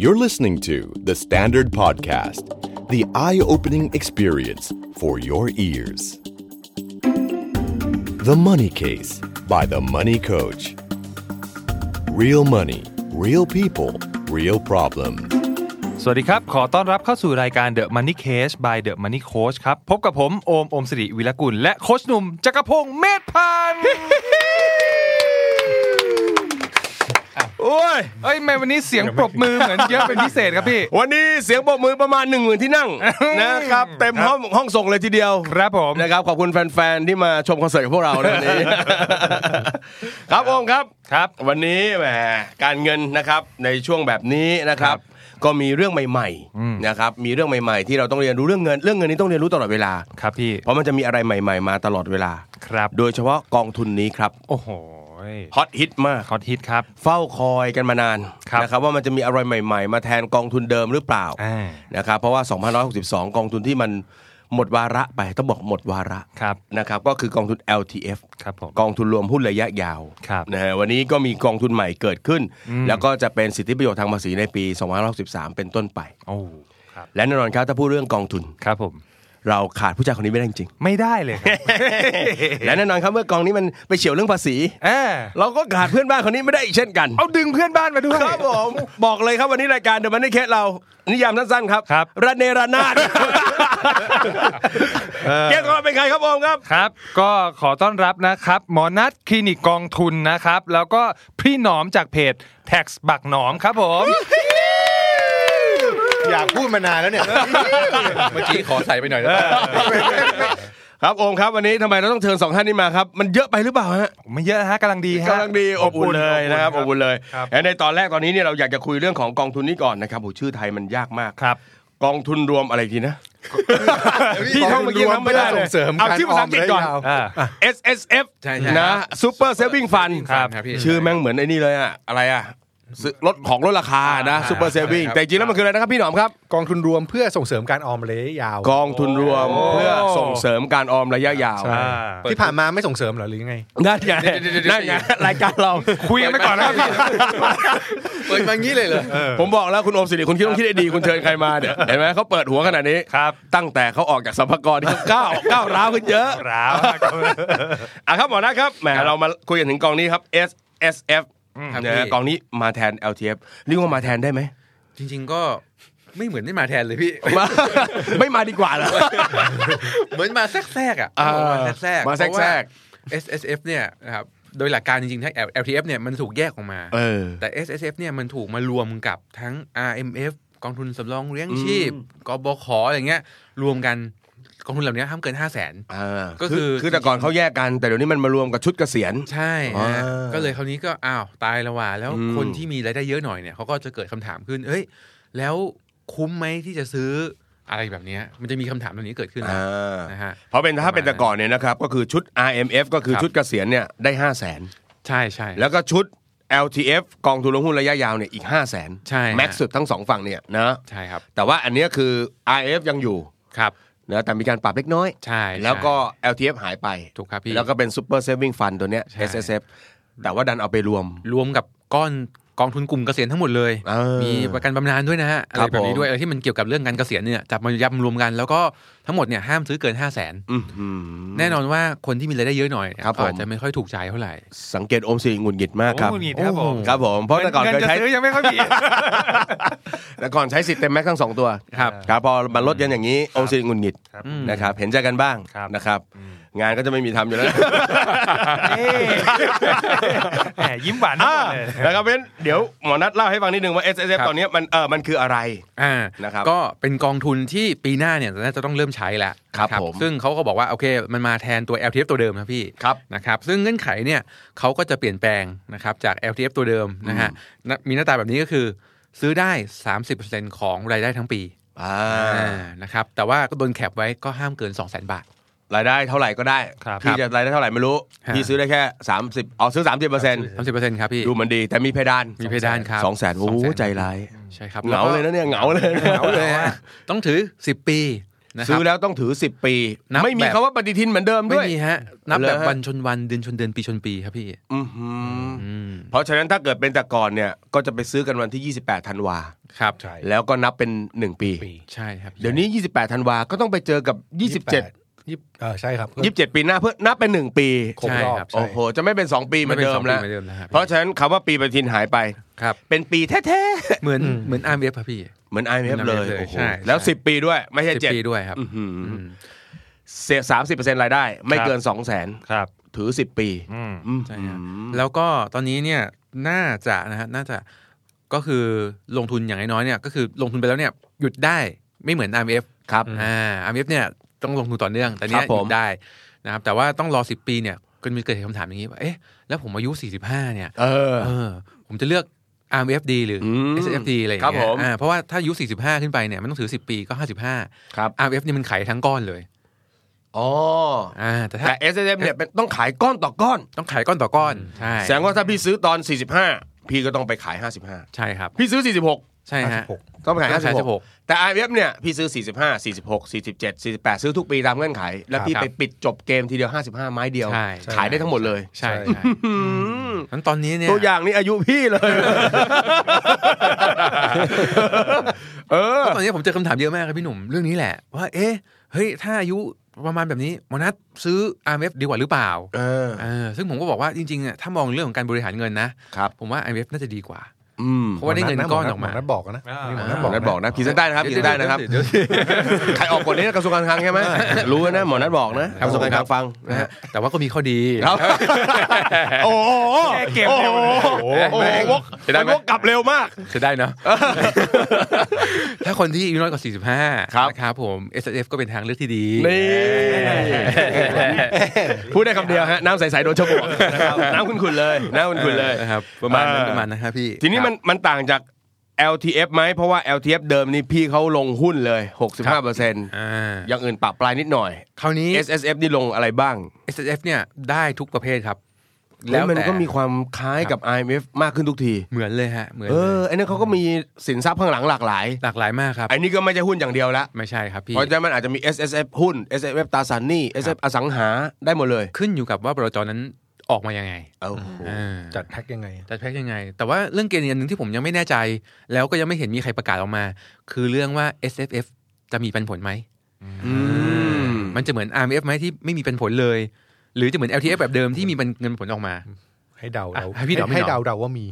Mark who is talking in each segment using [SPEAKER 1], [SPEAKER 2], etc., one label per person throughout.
[SPEAKER 1] You're listening to The Standard Podcast, the eye opening experience for your ears. The Money Case by The Money Coach. Real money, real people, real problems.
[SPEAKER 2] สวัสดีครับ ขอต้อนรับเข้าสู่รายการ The Money Case by The Money Coach ครับ พบกับผม โอม โอมสิริวิรกุล และโคชหนุ่ม จักรพงษ์เมธพันธ์
[SPEAKER 3] โอ้ย
[SPEAKER 2] เอ้ยแม่วันนี้เสียงปรบมือเหมือนเยอะเป็นพิเศษครับพี่
[SPEAKER 3] วันนี้เสียงปรบมือประมาณ1 0,000ที่นั่ง นะครับ เต็มห้องห้องส่งเลยทีเดียว
[SPEAKER 2] ครับผม
[SPEAKER 3] นะครับ ขอบคุณแฟน ๆ ที่มาชมคอนเสิร์ตกับพวกเราในวัน นี้ ครับองค์ครับ
[SPEAKER 2] ครับ
[SPEAKER 3] วันนี้แหมการเงินนะครับในช่วงแบบนี้นะครับ ก็มีเรื่องใหม่ๆนะครับมีเรื่องใหม่ ๆ ที่เราต้องเรียนรู้เรื่องเงิน เรื่องเงินนี้ต้องเรียนรู้ตลอดเวลา
[SPEAKER 2] ครับพี่
[SPEAKER 3] เพราะมันจะมีอะไรใหม่ ๆ มาตลอดเวลา
[SPEAKER 2] ครับ
[SPEAKER 3] โดยเฉพาะกองทุนนี้ครับ
[SPEAKER 2] โอ้โห
[SPEAKER 3] ฮอตฮิตมาก
[SPEAKER 2] ฮอตฮิตครับ
[SPEAKER 3] เฝ้าคอยกันมานาน
[SPEAKER 2] ครับ
[SPEAKER 3] นะครับว่ามันจะมีอะไรใหม่ๆ มาแทนกองทุนเดิมหรือเปล่า
[SPEAKER 2] อ่า
[SPEAKER 3] นะครับเพราะว่า 2,162 กองทุนที่มันหมดวาระไปต้องบอกหมดวาระ
[SPEAKER 2] ครับ
[SPEAKER 3] นะครับก็คือกองทุน LTF
[SPEAKER 2] ครับผม
[SPEAKER 3] กองทุนรวมหุ้นระยะยาว
[SPEAKER 2] ครับ
[SPEAKER 3] นะฮะวันนี้ก็มีกองทุนใหม่เกิดขึ้น แล้วก็จะเป็นสิทธิประโยชน์ทางภาษีในปี2,163 เป็นต้นไป
[SPEAKER 2] โอ้ ครับ
[SPEAKER 3] และแน่นอนครับถ้าพูดเรื่องกองทุน
[SPEAKER 2] ครับผม
[SPEAKER 3] เราขาดผู้ชายคนนี้ไม่ได้จริง
[SPEAKER 2] ไม่ได้เลยครับ
[SPEAKER 3] ๆและแน่นอนครับเมื่อกองนี้มันไปเฉียวเรื่องภาษี
[SPEAKER 2] เออ
[SPEAKER 3] เราก็ขาดเพื่อนบ้านคนนี้ไม่ได้อีกเช่นกัน
[SPEAKER 2] เอาดึงเพื่อนบ้านมาด้วย
[SPEAKER 3] ครับผมบอกเลยครับวันนี้รายการเดอะมันนี่เคสเรานิยามสั้นๆครับ
[SPEAKER 2] ครับ
[SPEAKER 3] ระเนระนาด เกียรติกรเป็นใครครับอมครับ
[SPEAKER 2] ครับ ก็ขอต้อนรับนะครับ หมอนัทคลินิกกองทุนนะครับ แล้วก็พี่หนอมจากเพจ Tax บักหนอมครับผม
[SPEAKER 4] อยากพูดมานานแล้วเนี่ย
[SPEAKER 5] เมื่อกี้ขอใส่ไปหน่อยนะ
[SPEAKER 3] ครับโอมครับวันนี้ทำไมเราต้องเชิญสองท่านนี้มาครับ มันเยอะไปหรือเปล่าฮะ
[SPEAKER 2] ผมไม่เยอะฮะกำลังดีฮะ
[SPEAKER 3] กำลังดีอบอุ่นเลยนะครับอบอุ่นเลย
[SPEAKER 2] ครับ
[SPEAKER 3] และในตอนแรกตอนนี้เนี่ยเราอยากจะคุยเรื่องของกองทุนนี้ก่อนนะครับโอ้ชื่อไทยมันยากมาก
[SPEAKER 2] ครับ
[SPEAKER 3] กองทุนรวมอะไรทีนะ
[SPEAKER 4] พี่ท่องเมื่อกี้ทำไม่ได้
[SPEAKER 3] ล
[SPEAKER 4] ส่
[SPEAKER 3] ย
[SPEAKER 4] งเสริม
[SPEAKER 3] เอาชื่อภาษาอังกฤษก่อน
[SPEAKER 4] การออมระยะยาว
[SPEAKER 2] อ่า
[SPEAKER 3] S S F
[SPEAKER 5] ใช่
[SPEAKER 3] นะ Super Saving Fund
[SPEAKER 2] ครับ
[SPEAKER 5] ครับพี่
[SPEAKER 3] ชื่อแม่งเหมือนไอ้นี่เลยอะอะไรอะซื้อลดของลดราคานะ Super Saving แต่จริงแล้วมันคืออะไรนะครับพี่หนอมครับ
[SPEAKER 4] กองทุนรวมเพื่อส่งเสริมการออมระยะยาว
[SPEAKER 3] กองทุนรวมเพื่อส่งเสริมการออมระยะยาว
[SPEAKER 2] อ่า
[SPEAKER 4] ที่ผ่านมาไม่ส่งเสริมเหรอหรือไง
[SPEAKER 3] นั่นไง
[SPEAKER 5] เดี๋ยวๆๆ
[SPEAKER 3] นั่นไงรายการเรา
[SPEAKER 2] คุยกันไปก่อนนะครับพี่
[SPEAKER 5] เปิดมางี้เลยเหรอ
[SPEAKER 3] ผมบอกแล้วคุณโอมสิริคุณคิดต้องคิดให้ดีคุณเชิญใครมา เนี่ยเห็นไหมเขาเปิดหัวขนาดนี้
[SPEAKER 2] ครับ
[SPEAKER 3] ตั้งแต่เขาออกจากสัมภากรที่เขาก้าวก้าวร้าวขึ้นเยอะ
[SPEAKER 2] ร้าว
[SPEAKER 3] อ่ะครับหมอนะครับแหมเรามาคุยกันถึงกองนี้ครับ S S F
[SPEAKER 5] ครับ
[SPEAKER 3] นะ
[SPEAKER 5] พี่
[SPEAKER 3] ฮะกองนี้มาแทน L T F เรียกว่ามาแทนได้ไหม
[SPEAKER 5] จริง ๆ ก็ไม่เหมือนไม่มาแทนเลยพี่
[SPEAKER 3] มา ไม่มาดีกว่าเหรอ
[SPEAKER 5] เหมือนมาแทรกๆอ่ะ
[SPEAKER 3] อ่า
[SPEAKER 5] มาแทรกๆ
[SPEAKER 3] มาแทรกๆ
[SPEAKER 5] เพะว่ SSF เนี่ยนะครับโดยหลักการจริงๆทั้ง LTF เนี่ยมันถูกแยกออกมา
[SPEAKER 3] เออ
[SPEAKER 5] แต่ SSF เนี่ยมันถูกมารวมกับทั้ง RMF กองทุนสำรองเลี้ยงชีพกบขอะไรเงี้ย รวมกันกองทุนเหล่านี้ห้ามเกิน 5 0 0 0 0น
[SPEAKER 3] อ่า
[SPEAKER 5] ก็คือ
[SPEAKER 3] คือแต่ก่อนเขาแยกกัน แต่เดี๋ยวนี้มันมารวมกับชุดเกษียณ
[SPEAKER 5] ใช่
[SPEAKER 3] อ่า
[SPEAKER 5] ฮะก็เลยคราวนี้ก็อ้าวตายและว่าแล้ว
[SPEAKER 3] อืม
[SPEAKER 5] คนที่มีรายได้เยอะหน่อยเนี่ยเขาก็จะเกิดคำถามขึ้น เอ้ย แล้วคุ้มไหมที่จะซื้ออะไรแบบเนี้ยมันจะมีคำถามตรงนี้เกิดขึ้นนะ
[SPEAKER 3] อ่า
[SPEAKER 5] นะฮะ
[SPEAKER 3] เพราะเป็นถ้าเป็นแต่ก่อนเนี่ยนะครับ ก็คือชุด RMF ก็คือ
[SPEAKER 5] ครับ
[SPEAKER 3] ชุดเกษียณเนี่ยได้5 0 0 0 0น
[SPEAKER 5] ใช่ใช่
[SPEAKER 3] แล้วก็ชุด LTF กองทุนลงหุ้นระยะยาวเนี่ยอีก 5 0 0 0 0 0
[SPEAKER 5] ใช่ฮะ
[SPEAKER 3] แม็กซ์สุดทั้งสองฝั่งเนี่ยนะ
[SPEAKER 5] ใช่ครับ
[SPEAKER 3] แต่ว่าอันเนี้ยคือ RF ยังอยู่
[SPEAKER 5] ครับ
[SPEAKER 3] นะแต่มีการปรับเล็กน้อย
[SPEAKER 5] ใช่ใช่
[SPEAKER 3] แล้วก็ LTF หายไป
[SPEAKER 5] ถูกครับพี่
[SPEAKER 3] แล้วก็เป็น Super Saving Fund ตัวเนี้ย
[SPEAKER 5] ใช่
[SPEAKER 3] SSF แต่ว่าดันเอาไปรวม
[SPEAKER 5] รวมกับก้อนกองทุนกลุ่มเกษียณทั้งหมดเลย
[SPEAKER 3] เออ
[SPEAKER 5] มีประกันบำนาญด้วยนะฮะอะ
[SPEAKER 3] ครับ
[SPEAKER 5] ไรแบบ
[SPEAKER 3] ผ
[SPEAKER 5] นี้
[SPEAKER 3] ม
[SPEAKER 5] ด้วยอะไรที่มันเกี่ยวกับเรื่องการเกษียณเนี่ยจับมายับรวมกันแล้วก็ทั้งหมดเนี่ยห้ามซื้อเกิน 5 0 0 0 0น
[SPEAKER 3] อื้อหือ
[SPEAKER 5] แน่นอนว่าคนที่มีรายได้เยอะหน่อยเนี่ย
[SPEAKER 3] ครับผม
[SPEAKER 5] อาจจะไม่ค่อยถูกใจเท่าไหร่
[SPEAKER 3] สังเกตโอมสิริหงุดหงิดมากครับ
[SPEAKER 2] โอ้โหหงุดหงิดครับผม
[SPEAKER 3] ครับผมเพราะแต่ก่อน
[SPEAKER 2] เงิน
[SPEAKER 3] เคย
[SPEAKER 2] จะ
[SPEAKER 3] ใช้
[SPEAKER 2] ซื้อยังไม่ค่อยมี
[SPEAKER 3] แต่ก่อนใช้สิทธิ์เต็มแม็กซ์ทั้งสองตัว
[SPEAKER 5] ครับ
[SPEAKER 3] ครับพอมันลดกันอย่างนี้โอมสิริหงุดหงิด
[SPEAKER 2] ครับ
[SPEAKER 3] นะครับเห็นใจกันบ้าง
[SPEAKER 2] ครับ
[SPEAKER 3] นะครับ งานก็จะไม่มีทำอยู่แล้ว
[SPEAKER 2] เอ้ยแหมยิ้มหวานทั้งหมดเลย
[SPEAKER 3] อ่านะครับเพราะฉะนั้นเดี๋ยวหมอนัดเล่าให้ฟังนิดนึงว่า S S
[SPEAKER 5] ครั
[SPEAKER 3] F
[SPEAKER 5] บ
[SPEAKER 3] ตอนเนี้ยมันเออมันคืออะไร
[SPEAKER 5] อ่า
[SPEAKER 3] นะครับ
[SPEAKER 5] ก็เป็นกองทุนที่ปีหน้าเนี่ยน่าจะต้องเริ่มใช้แล้ว
[SPEAKER 3] ครับ
[SPEAKER 5] นะ
[SPEAKER 3] ผม
[SPEAKER 5] ซึ่งเขาก็บอกว่า โอเค มันมาแทนตัว LTF ตัวเดิมนะพี่
[SPEAKER 3] ครับ
[SPEAKER 5] นะครับซึ่งเงื่อนไขเนี่ยเขาก็จะเปลี่ยนแปลงนะครับจาก LTF ตัวเดิมนะฮะนะมีหน้าตาแบบนี้ก็คือ ซื้อได้ 30%ของรายได้ทั้งปี
[SPEAKER 3] อ่า
[SPEAKER 5] อ่านะครับแต่ว่าก็โดนแคปไว้ก็ห้ามเกิน 2 0 0 0 0 0 บาท
[SPEAKER 3] รายได้เท่าไหร่ก็ได้
[SPEAKER 2] ครับ
[SPEAKER 3] พี่จะรายได้เท่าไหร่ไม่รู้
[SPEAKER 5] ฮะ
[SPEAKER 3] พี่ซื้อได้แค่ 30 เอาซื้อ 30เปอร์เซ็นต์
[SPEAKER 5] 30%ครับพี่
[SPEAKER 3] ดูมันดีแต่มีเพดาน
[SPEAKER 5] มีเพดานครับ
[SPEAKER 3] สองแสนโอ้
[SPEAKER 5] สอง
[SPEAKER 3] โห
[SPEAKER 5] แสน
[SPEAKER 3] ใจร้าย
[SPEAKER 5] ใช่ครับ
[SPEAKER 3] เหงาเลยนะเนี่ยเหงาเลย
[SPEAKER 5] เหงาเลยฮะต้องถือ 10 ปี นะครับ
[SPEAKER 3] ซื้อแล้วต้องถือ 10 ปี
[SPEAKER 5] นับ
[SPEAKER 3] ไม่มี
[SPEAKER 5] แบบ
[SPEAKER 3] คำว่าปฏิทินเหมือนเดิม
[SPEAKER 5] ไม่
[SPEAKER 3] ด้วย
[SPEAKER 5] มีฮะ นับ
[SPEAKER 3] เหรอ
[SPEAKER 5] แบบ
[SPEAKER 3] ฮะ
[SPEAKER 5] วันชนวันเดือนชนเดือนปีชนปีครับพี่
[SPEAKER 3] อื้อหือ
[SPEAKER 5] อืม
[SPEAKER 3] เพราะฉะนั้นถ้าเกิดเป็นแต่ก่อนเนี่ย ก็จะไปซื้อกันวันที่ 28ธันวา
[SPEAKER 5] ครับ
[SPEAKER 4] ใช่
[SPEAKER 3] แล้วก็นับเป็น 1 ปี
[SPEAKER 5] ใช่ครับ
[SPEAKER 3] เดี๋ยวนี้ 28ธันวา ก็ต้องไปเจอกับ 27
[SPEAKER 4] ยี่สิบเออใช่ครับ
[SPEAKER 3] 27 ปีหน้าเพื่อนับเป็น 1 ปี
[SPEAKER 4] ครบ
[SPEAKER 5] ใช่
[SPEAKER 4] รอบ
[SPEAKER 5] ครับใช่
[SPEAKER 3] โอ้โห จะไม่เป็น 2 ปีเหมือนเดิม
[SPEAKER 5] ไป็
[SPEAKER 3] แล้ว
[SPEAKER 5] สองปีหอนเดิมแล้วฮะ
[SPEAKER 3] เพราะฉะนั้นคำว่าปีปฏิทินหายไป
[SPEAKER 5] ครับ
[SPEAKER 3] เป็นปีแท้
[SPEAKER 5] เหมือนเหมือนอาร์เวฟครับพี่
[SPEAKER 3] ๆ เหมือน IMF เลย
[SPEAKER 5] เหมือน IMF เลย
[SPEAKER 3] โอ้โห
[SPEAKER 5] ใช่ใช่
[SPEAKER 3] แล้ว 10 ปีด้วยไม่ใช่
[SPEAKER 5] สิบ
[SPEAKER 3] เจ็ด
[SPEAKER 5] ปีด้วยครับ
[SPEAKER 3] อื้อหือ
[SPEAKER 5] อืม
[SPEAKER 3] เสียสามสิบเปอร์เซ็นต์รายได้ ไม่
[SPEAKER 2] ครับ
[SPEAKER 3] เกินสองแสน
[SPEAKER 2] ครับ
[SPEAKER 3] ถือสิบปี
[SPEAKER 2] อืม
[SPEAKER 3] อื้อ
[SPEAKER 5] ใช่
[SPEAKER 3] หื
[SPEAKER 5] ฮะ
[SPEAKER 3] อ
[SPEAKER 5] แล้วก็ตอนนี้เนี่ยน่าจะนะฮะน่าจะก็คือลงทุนอย่างน้อยๆเนี่ยก็คือลงทุนไปแล้วเนี่ยหยุดได้ไม่เหมือน RMF
[SPEAKER 3] ครับ
[SPEAKER 5] อ่า RMF เนี่ยต้องลงทุนต่อเนื่องแต่เนี้
[SPEAKER 3] ค
[SPEAKER 5] ย
[SPEAKER 3] รับผม
[SPEAKER 5] หยุดได้นะครับแต่ว่าต้องรอ 10 ปีเนี่ยก็มีเกิดคำถามอย่างนี้ว่าเอ๊ะแล้วผมอายุ 45 เนี่ย
[SPEAKER 3] เออ
[SPEAKER 5] เออผมจะเลือก RMF ดีหรือ
[SPEAKER 3] ม
[SPEAKER 5] SFD อะไรอย่าง
[SPEAKER 3] ครับผ
[SPEAKER 5] เงี้ย
[SPEAKER 3] ม
[SPEAKER 5] อ่าเพราะว่าถ้าอายุ 45 ขึ้นไปเนี่ยมันต้องถือ 10 ปีก็ 55
[SPEAKER 3] ครับ
[SPEAKER 5] RMF เนี่ยมันขายทั้งก้อนเลย
[SPEAKER 3] อ๋อ
[SPEAKER 5] อ่าแต่ถ้า
[SPEAKER 3] แต่ S M เนี่ยเป็นต้องขายก้อนต่อก้อน
[SPEAKER 5] ต้องขายก้อนต่อก้อนใช่
[SPEAKER 3] แสดงว่าถ้าพี่ซื้อตอน 45 พี่ก็ต้องไปขาย 55
[SPEAKER 5] ใช่ครับ
[SPEAKER 3] พี่ซื้อ 46
[SPEAKER 5] ใช่ฮะ
[SPEAKER 4] 56
[SPEAKER 3] ต้องไปขาย
[SPEAKER 5] ต้องขาย
[SPEAKER 3] 56 แต่ i อ f เนี่ยพี่ซื้อ 45 46 47 48 ซื้อทุกปีตามเงื่อนไข แล้วพี่
[SPEAKER 5] ครับ
[SPEAKER 3] ไปปิดจบเกมทีเดียว 55 ไม้เดียว
[SPEAKER 5] ใช่
[SPEAKER 3] ขายได้ทั้งหมดเลย
[SPEAKER 5] ใช่ใช่
[SPEAKER 3] อืม
[SPEAKER 5] งั้นตอนนี้เนี่ย
[SPEAKER 3] ตัวอย่างนี้อายุพี่เลย เออ
[SPEAKER 5] ตอนนี้ผมเจอคำถามเยอะมากครับพี่หนุ่มเรื่องนี้แหละ ว่าเอ๊ะเฮ้ยถ้าอายุประมาณแบบนี้มนัสซื้อ RMF ดีกว่าหรือเปล่า
[SPEAKER 3] เออ
[SPEAKER 5] เออซึ่งผมก็บอกว่าจริงๆเนี่ยถ้ามองเรื่องของการบริหารเงินนะครับ ผมว่า RMF น่าจะดีกว่า
[SPEAKER 3] อืม
[SPEAKER 5] เพราะว่าได้เงินก้อนออกมา
[SPEAKER 4] หนัดบอกนะ
[SPEAKER 2] อ่า
[SPEAKER 4] นี่หมอ
[SPEAKER 5] อ่า
[SPEAKER 4] นัด
[SPEAKER 3] หม
[SPEAKER 4] บ
[SPEAKER 3] อ
[SPEAKER 4] อ
[SPEAKER 3] นัทบอก
[SPEAKER 4] ก
[SPEAKER 3] นะพรีเซนต์ได้นะครับพรีเซนต์ได้นะครับ
[SPEAKER 5] เดี๋ยวเดี๋ยวเดี๋ยวเดี๋ยว
[SPEAKER 3] ใครออกกฎนี้กระทรวงการคลังใช่ไหม รู้นะหมอนัทบอกนะ
[SPEAKER 5] ค
[SPEAKER 3] ก
[SPEAKER 5] รับ
[SPEAKER 3] ระทรวงการคลัง
[SPEAKER 5] ผม
[SPEAKER 3] ฟังนะฮะ
[SPEAKER 5] แต่ว่าก็มีข้อดี
[SPEAKER 3] ครับโอ้โห
[SPEAKER 2] แก้เกมเร็วเลย
[SPEAKER 3] โอ้โหโอ้โหวก
[SPEAKER 5] เห็นได้ไหม
[SPEAKER 3] วกกลับเร็วมาก
[SPEAKER 5] จะได้เนาะ ถ้าคนที่อายุน้อยกว่า 45
[SPEAKER 3] ครับ
[SPEAKER 5] นะครับผม S F ก็เป็นทางเลือกที่ดี
[SPEAKER 3] นี่พูดได้คำเดียวฮะน้ำใสๆโดนฉบวกนะครับน้ำขุ่นๆเลยน้ำขุ่นๆเลย
[SPEAKER 5] นะครับประมาณ
[SPEAKER 3] เอ
[SPEAKER 5] นั้น
[SPEAKER 3] อ
[SPEAKER 5] ประมาณนะครับพี่
[SPEAKER 3] ทีนี้มันมันต่างจาก LTF ไหมเพราะว่า LTF เดิมนี่พี่เขาลงหุ้นเลย 65%
[SPEAKER 5] อ่า
[SPEAKER 3] อย่างอื่นปรับปลายนิดหน่อย
[SPEAKER 5] คราวนี้
[SPEAKER 3] SSF นี่ลงอะไรบ้าง
[SPEAKER 5] S F เนี่ยได้ทุกประเภทครับ
[SPEAKER 3] แล้วมันก็มีความคล้ายกับ IMF มากขึ้นทุกที
[SPEAKER 5] เหมือนเลยฮะ เหมือน
[SPEAKER 3] เอ
[SPEAKER 5] เล
[SPEAKER 3] อยไอ้นั่นเขาก็มีสินทรัพย์ข้างหลังหลากหลาย
[SPEAKER 5] หลากหลายมากครับ
[SPEAKER 3] อันนี้ก็ไม่ใช่หุ้นอย่างเดียวละ
[SPEAKER 5] ไม่ใช่ครับพี่
[SPEAKER 3] เพราะฉะนั้นมันอาจจะมี S S F หุ้น S S F ตราสารหนี้ S F อสังหาได้หมดเลย
[SPEAKER 5] ขึ้นอยู่กับว่าบรจนั้นออกมายังไง
[SPEAKER 3] โอ้โห
[SPEAKER 5] อ่า
[SPEAKER 4] จัดแพ็คยังไง
[SPEAKER 5] จัดแพ็กยังไง แต่ว่าเรื่องเกณฑ์อีกอันหนึ่งที่ผมยังไม่แน่ใจ แล้วก็ยังไม่เห็นมีใครประกาศออกมา คือเรื่องว่า S F F จะมีปันผลไหม
[SPEAKER 3] อืม
[SPEAKER 5] มันจะเหมือน R M F ไหมที่ไม่มีปันผลเลย หรือจะเหมือน L T F แบบเดิมที่มีปันเงินผลออกมา
[SPEAKER 4] ให้เดา
[SPEAKER 5] อ่ะ
[SPEAKER 4] เดา
[SPEAKER 5] ให้พี่เดาไม่
[SPEAKER 4] ให้
[SPEAKER 5] เดา
[SPEAKER 4] เดาเดาว่ามี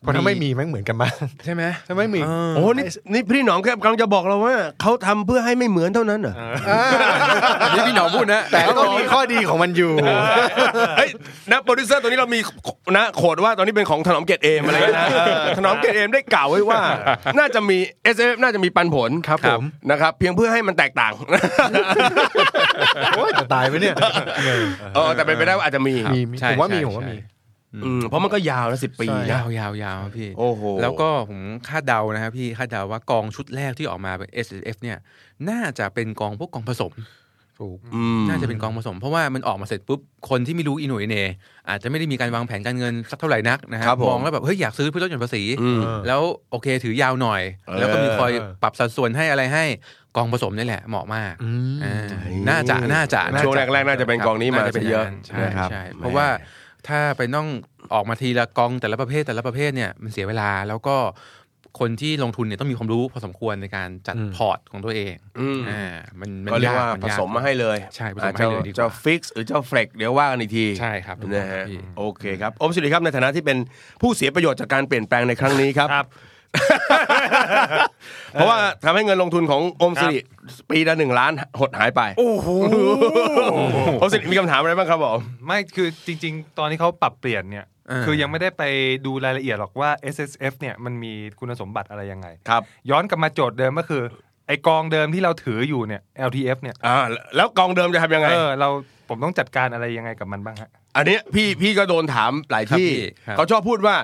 [SPEAKER 4] เพราะถ้าไม่มีแม่งเหมือนกันมาก
[SPEAKER 5] ใช่ไหม
[SPEAKER 4] ถ้าไม่มี
[SPEAKER 5] เออ
[SPEAKER 3] โอ้โหนี่นี่พี่หนองแค่กำลังจะบอกเราว่าเขาทำเพื่อให้ไม่เหมือนเท่านั้นเหรอ
[SPEAKER 5] อันนี้พี่หนอมพูดนะ
[SPEAKER 4] แต่ก็มีข้อดีของมันอยู่
[SPEAKER 3] เฮ้ยนะโปรดิวเซอร์ตัวนี้เรามีนะโขดว่าตอนนี้เป็นของถนอมเกยรตเอมอะไรเงี้ยนะเออถนอมเกยรตเอมได้กล่าวไว้ว่า น่าจะมี S F น่าจะมีปันผล
[SPEAKER 4] ครับผม
[SPEAKER 3] นะครับเพียงเพื่อให้มันแตกต่าง
[SPEAKER 4] โอ้ยจะตายไปเนี่ย
[SPEAKER 3] เออแต่เป็นไปได้ว่าอาจจะมี
[SPEAKER 4] มีมี
[SPEAKER 5] ใช่
[SPEAKER 4] ผมว่ามี
[SPEAKER 5] ใช่
[SPEAKER 4] ผมว่ามี
[SPEAKER 5] ใช่
[SPEAKER 3] อืมเพราะมันก็ยาวนะสิบปี
[SPEAKER 5] ยา
[SPEAKER 3] นะ
[SPEAKER 5] วยาวยาวพี่
[SPEAKER 3] โอ้โห
[SPEAKER 5] แล้วก็ผมคาดเดานะครับพี่คาดเดาว่ากองชุดแรกที่ออกมาเป็น S F เนี่ยน่าจะเป็นกองพวกกองผสม
[SPEAKER 4] ถูก
[SPEAKER 3] อืม
[SPEAKER 5] น่าจะเป็นกองผสม เพราะว่ามันออกมาเสร็จปุ๊บคนที่ไม่รู้อีหนุ่ยเหน่อาจจะไม่ได้มีการวางแผนการเงินสักเท่าไหร่นักนะฮะ
[SPEAKER 3] ครับผม
[SPEAKER 5] มองแล้วแบบเฮ้ยอยากซื้อเพื่อลดหย่อนภาษี
[SPEAKER 3] อืม
[SPEAKER 5] แล้วโอเคถือยาวหน่อย
[SPEAKER 3] เออ
[SPEAKER 5] แล้วก็มีคอยปรับสัดส่วนให้อะไรให้กองผสมนี่แหละเหมาะมากอ่าน่าจะน่าจะน่าจะ
[SPEAKER 3] ช่วงแรกๆน่าจะเป็นกองนี้มา
[SPEAKER 5] จป็
[SPEAKER 3] ซะเยอะ
[SPEAKER 5] างใช่
[SPEAKER 3] นะครับ
[SPEAKER 5] ใช่เพราะว่าถ้าไปต้องออกมาทีละกองแต่ละประเภทแต่ละประเภทเนี่ยมันเสียเวลาแล้วก็คนที่ลงทุนเนี่ยต้องมีความรู้พอสมควรในการจัด
[SPEAKER 4] อืม
[SPEAKER 5] พอร์ตของตัวเอง
[SPEAKER 3] อืม
[SPEAKER 5] อ่ามันมัน
[SPEAKER 3] ก็เรียกว่าย
[SPEAKER 5] น
[SPEAKER 3] ผสมมาให้เลย
[SPEAKER 5] ใช่ผส
[SPEAKER 3] อ่าม
[SPEAKER 5] มาให้
[SPEAKER 3] เจ้า
[SPEAKER 5] เลยดีก
[SPEAKER 3] เจ้า
[SPEAKER 5] ว่า
[SPEAKER 3] ฟิกซ์หรือเจ้าเฟลกเดี๋ยวว่ากันอีกที
[SPEAKER 5] ใช่ครับถูกต้อง
[SPEAKER 3] นะครับ ฮะ
[SPEAKER 5] พี่
[SPEAKER 3] โอเคครับอมสิริครับในฐานะที่เป็นผู้เสียประโยชน์จากการเปลี่ยนแปลงในครั้งนี้ครับ
[SPEAKER 2] ครับ
[SPEAKER 3] เพราะว่าทำให้เงินลงทุนของอมสิริปีละหนึ่งล้านหดหายไปโอ้โห อมสิริมีคำถามอะไรบ้างครับผม
[SPEAKER 2] ไม่คือจริง ๆ ตอนนี้เขาปรับเปลี่ยนเนี่ย
[SPEAKER 5] า
[SPEAKER 2] คือยังไม่ได้ไปดูรายละเอียดหรอกว่า S S F เนี่ยมันมีคุณสมบัติอะไรยังไง
[SPEAKER 3] ครับ
[SPEAKER 2] ย้อนกลับมาโจทย์เดิมก็คือ ไอกองเดิมที่เราถืออยู่เนี่ย L T F เนี่ย
[SPEAKER 3] อ่าแล้วกองเดิมจะทำยังไง
[SPEAKER 2] เออเราผมต้องจัดการอะไรยังไงกับมันบ้างฮะ
[SPEAKER 3] อันเนี้ยพี่พี่ก็โดนถามหลายที่
[SPEAKER 5] ครับพี่ครับ
[SPEAKER 3] เขาชอบพูดว่า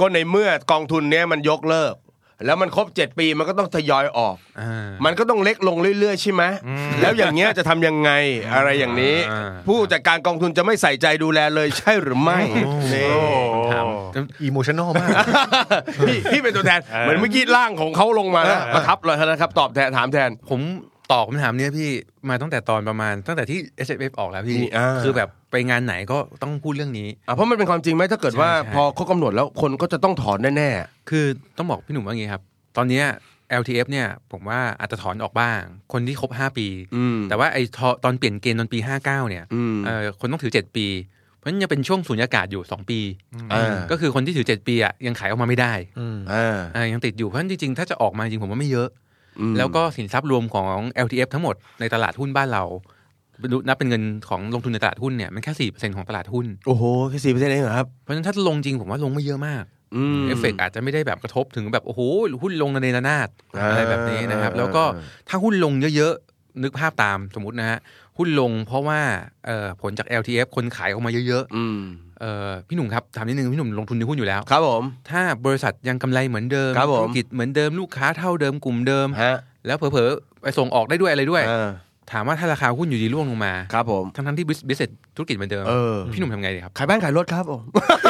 [SPEAKER 3] ก็ในเมื่อกองทุนเนี้ยมันยกเลิก แล้วมันครบ 7 ปีมันก็ต้องทยอยออก
[SPEAKER 5] อ่า
[SPEAKER 3] มันก็ต้องเล็กลงเรื่อยๆใช่ไหมแล้วอย่างเงี้ยจะทำยังไงอะไรอย่างนี้
[SPEAKER 5] อ่า
[SPEAKER 3] ผู้จัดการกองทุนจะไม่ใส่ใจดูแลเลยใช่หรือไม่นี่
[SPEAKER 5] ถาม
[SPEAKER 4] อีโมชั่นอลมาก
[SPEAKER 3] พี่พี่เป็นตัวแทนเหมือนเมื่อกี้ร่างของเขาลงมาแล้วประทับเลยนะครับ ตอบแทนถามแทน
[SPEAKER 5] ผม ตอบคำถามเนี้ยพี่มาตั้งแต่ตอนประมาณ ตั้งแต่ที่ S F F ออกแล้วพี่
[SPEAKER 3] นี่อ่า
[SPEAKER 5] คือแบบไปงานไหนก็ต้องพูดเรื่องนี้
[SPEAKER 3] อ่ะเพราะมันเป็นความจริงไหมถ้าเกิดว่า
[SPEAKER 5] ใช่ใช่
[SPEAKER 3] พอเขากำหนดแล้วคนก็จะต้องถอนแน่
[SPEAKER 5] คือต้องบอกพี่หนุ่มว่างี้ครับ ตอนเนี้ย LTF เนี่ยผมว่าอาจจะถอนออกบ้าง คนที่ครบ 5 ปี
[SPEAKER 3] ๆอืม
[SPEAKER 5] แต่ว่าไอ้ทอตอนเปลี่ยนเกณฑ์ตอนปี 59 เนี่ย
[SPEAKER 3] อืม
[SPEAKER 5] เอ่อคนต้องถือ 7 ปี เพราะฉะนั้นยังเป็นช่วงสุญญากาศอยู่ 2 ปี
[SPEAKER 3] อ่า
[SPEAKER 5] ก็คือคนที่ถือ 7 ปีอ่ะยังขายออกมาไม่ได้
[SPEAKER 4] อืม
[SPEAKER 3] อ่า
[SPEAKER 5] อ่ายังติดอยู่เพราะฉะนั้นจริงๆ ถ้าจะออกมาจริงผมว่าไม่เยอะ
[SPEAKER 3] อืม
[SPEAKER 5] แล้วก็สินทรัพย์รวมของ LTF ทั้งหมดในตลาดหุ้นบ้านเรานับเป็นเงินของลงทุนในตลาดหุ้นเนี่ยมันแค่สี่เปอร์เซ็นของตลาดหุ้น
[SPEAKER 3] โอ้โหแค่สี่เปอร์เซ็นต์เองเหรอครับ
[SPEAKER 5] เพราะฉะนั้นถ้าลงจริงผมว่าลงไม่เยอะมาก
[SPEAKER 3] อืม
[SPEAKER 5] เอฟเฟกต์อาจจะไม่ได้แบบกระทบถึงแบบ โอ้โห หุ้นลงระเนระนาดอะไรแบบนี้นะครับ
[SPEAKER 3] อ่า
[SPEAKER 5] แล้วก็
[SPEAKER 3] อ่า
[SPEAKER 5] ถ้าหุ้นลงเยอะๆ นึกภาพตามสมมตินะฮะ หุ้นลงเพราะว่าเอ่อผลจาก LTF คนขายออกมาเยอะ
[SPEAKER 3] อืม
[SPEAKER 5] ๆเอ่อพี่หนุ่มครับถามนิดนึงพี่หนุ่มลงทุนในหุ้นอยู่แล้ว
[SPEAKER 3] ครับผม
[SPEAKER 5] ถ้าบริษัทยังกำไรเหมือนเดิม
[SPEAKER 3] ครับผม
[SPEAKER 5] ธุรกิจเหมือนเดิมลูกค้าเท่าเดิมกลุ่มเดิม
[SPEAKER 3] ฮะ
[SPEAKER 5] แล้วเผลอๆไปส่งออกได้ด้วยอะไรด้วย
[SPEAKER 3] อ่า
[SPEAKER 5] ถามว่าถ้าราคาหุ้นอยู่ดีร่วงลงมา
[SPEAKER 3] ครับผม
[SPEAKER 5] ทั้งๆที่บิสเนสธุรกิจเหมือนเดิม
[SPEAKER 3] เออ
[SPEAKER 5] พี่หนุ่มทำไงดีครับ
[SPEAKER 3] ขายบ้านขายรถครับผม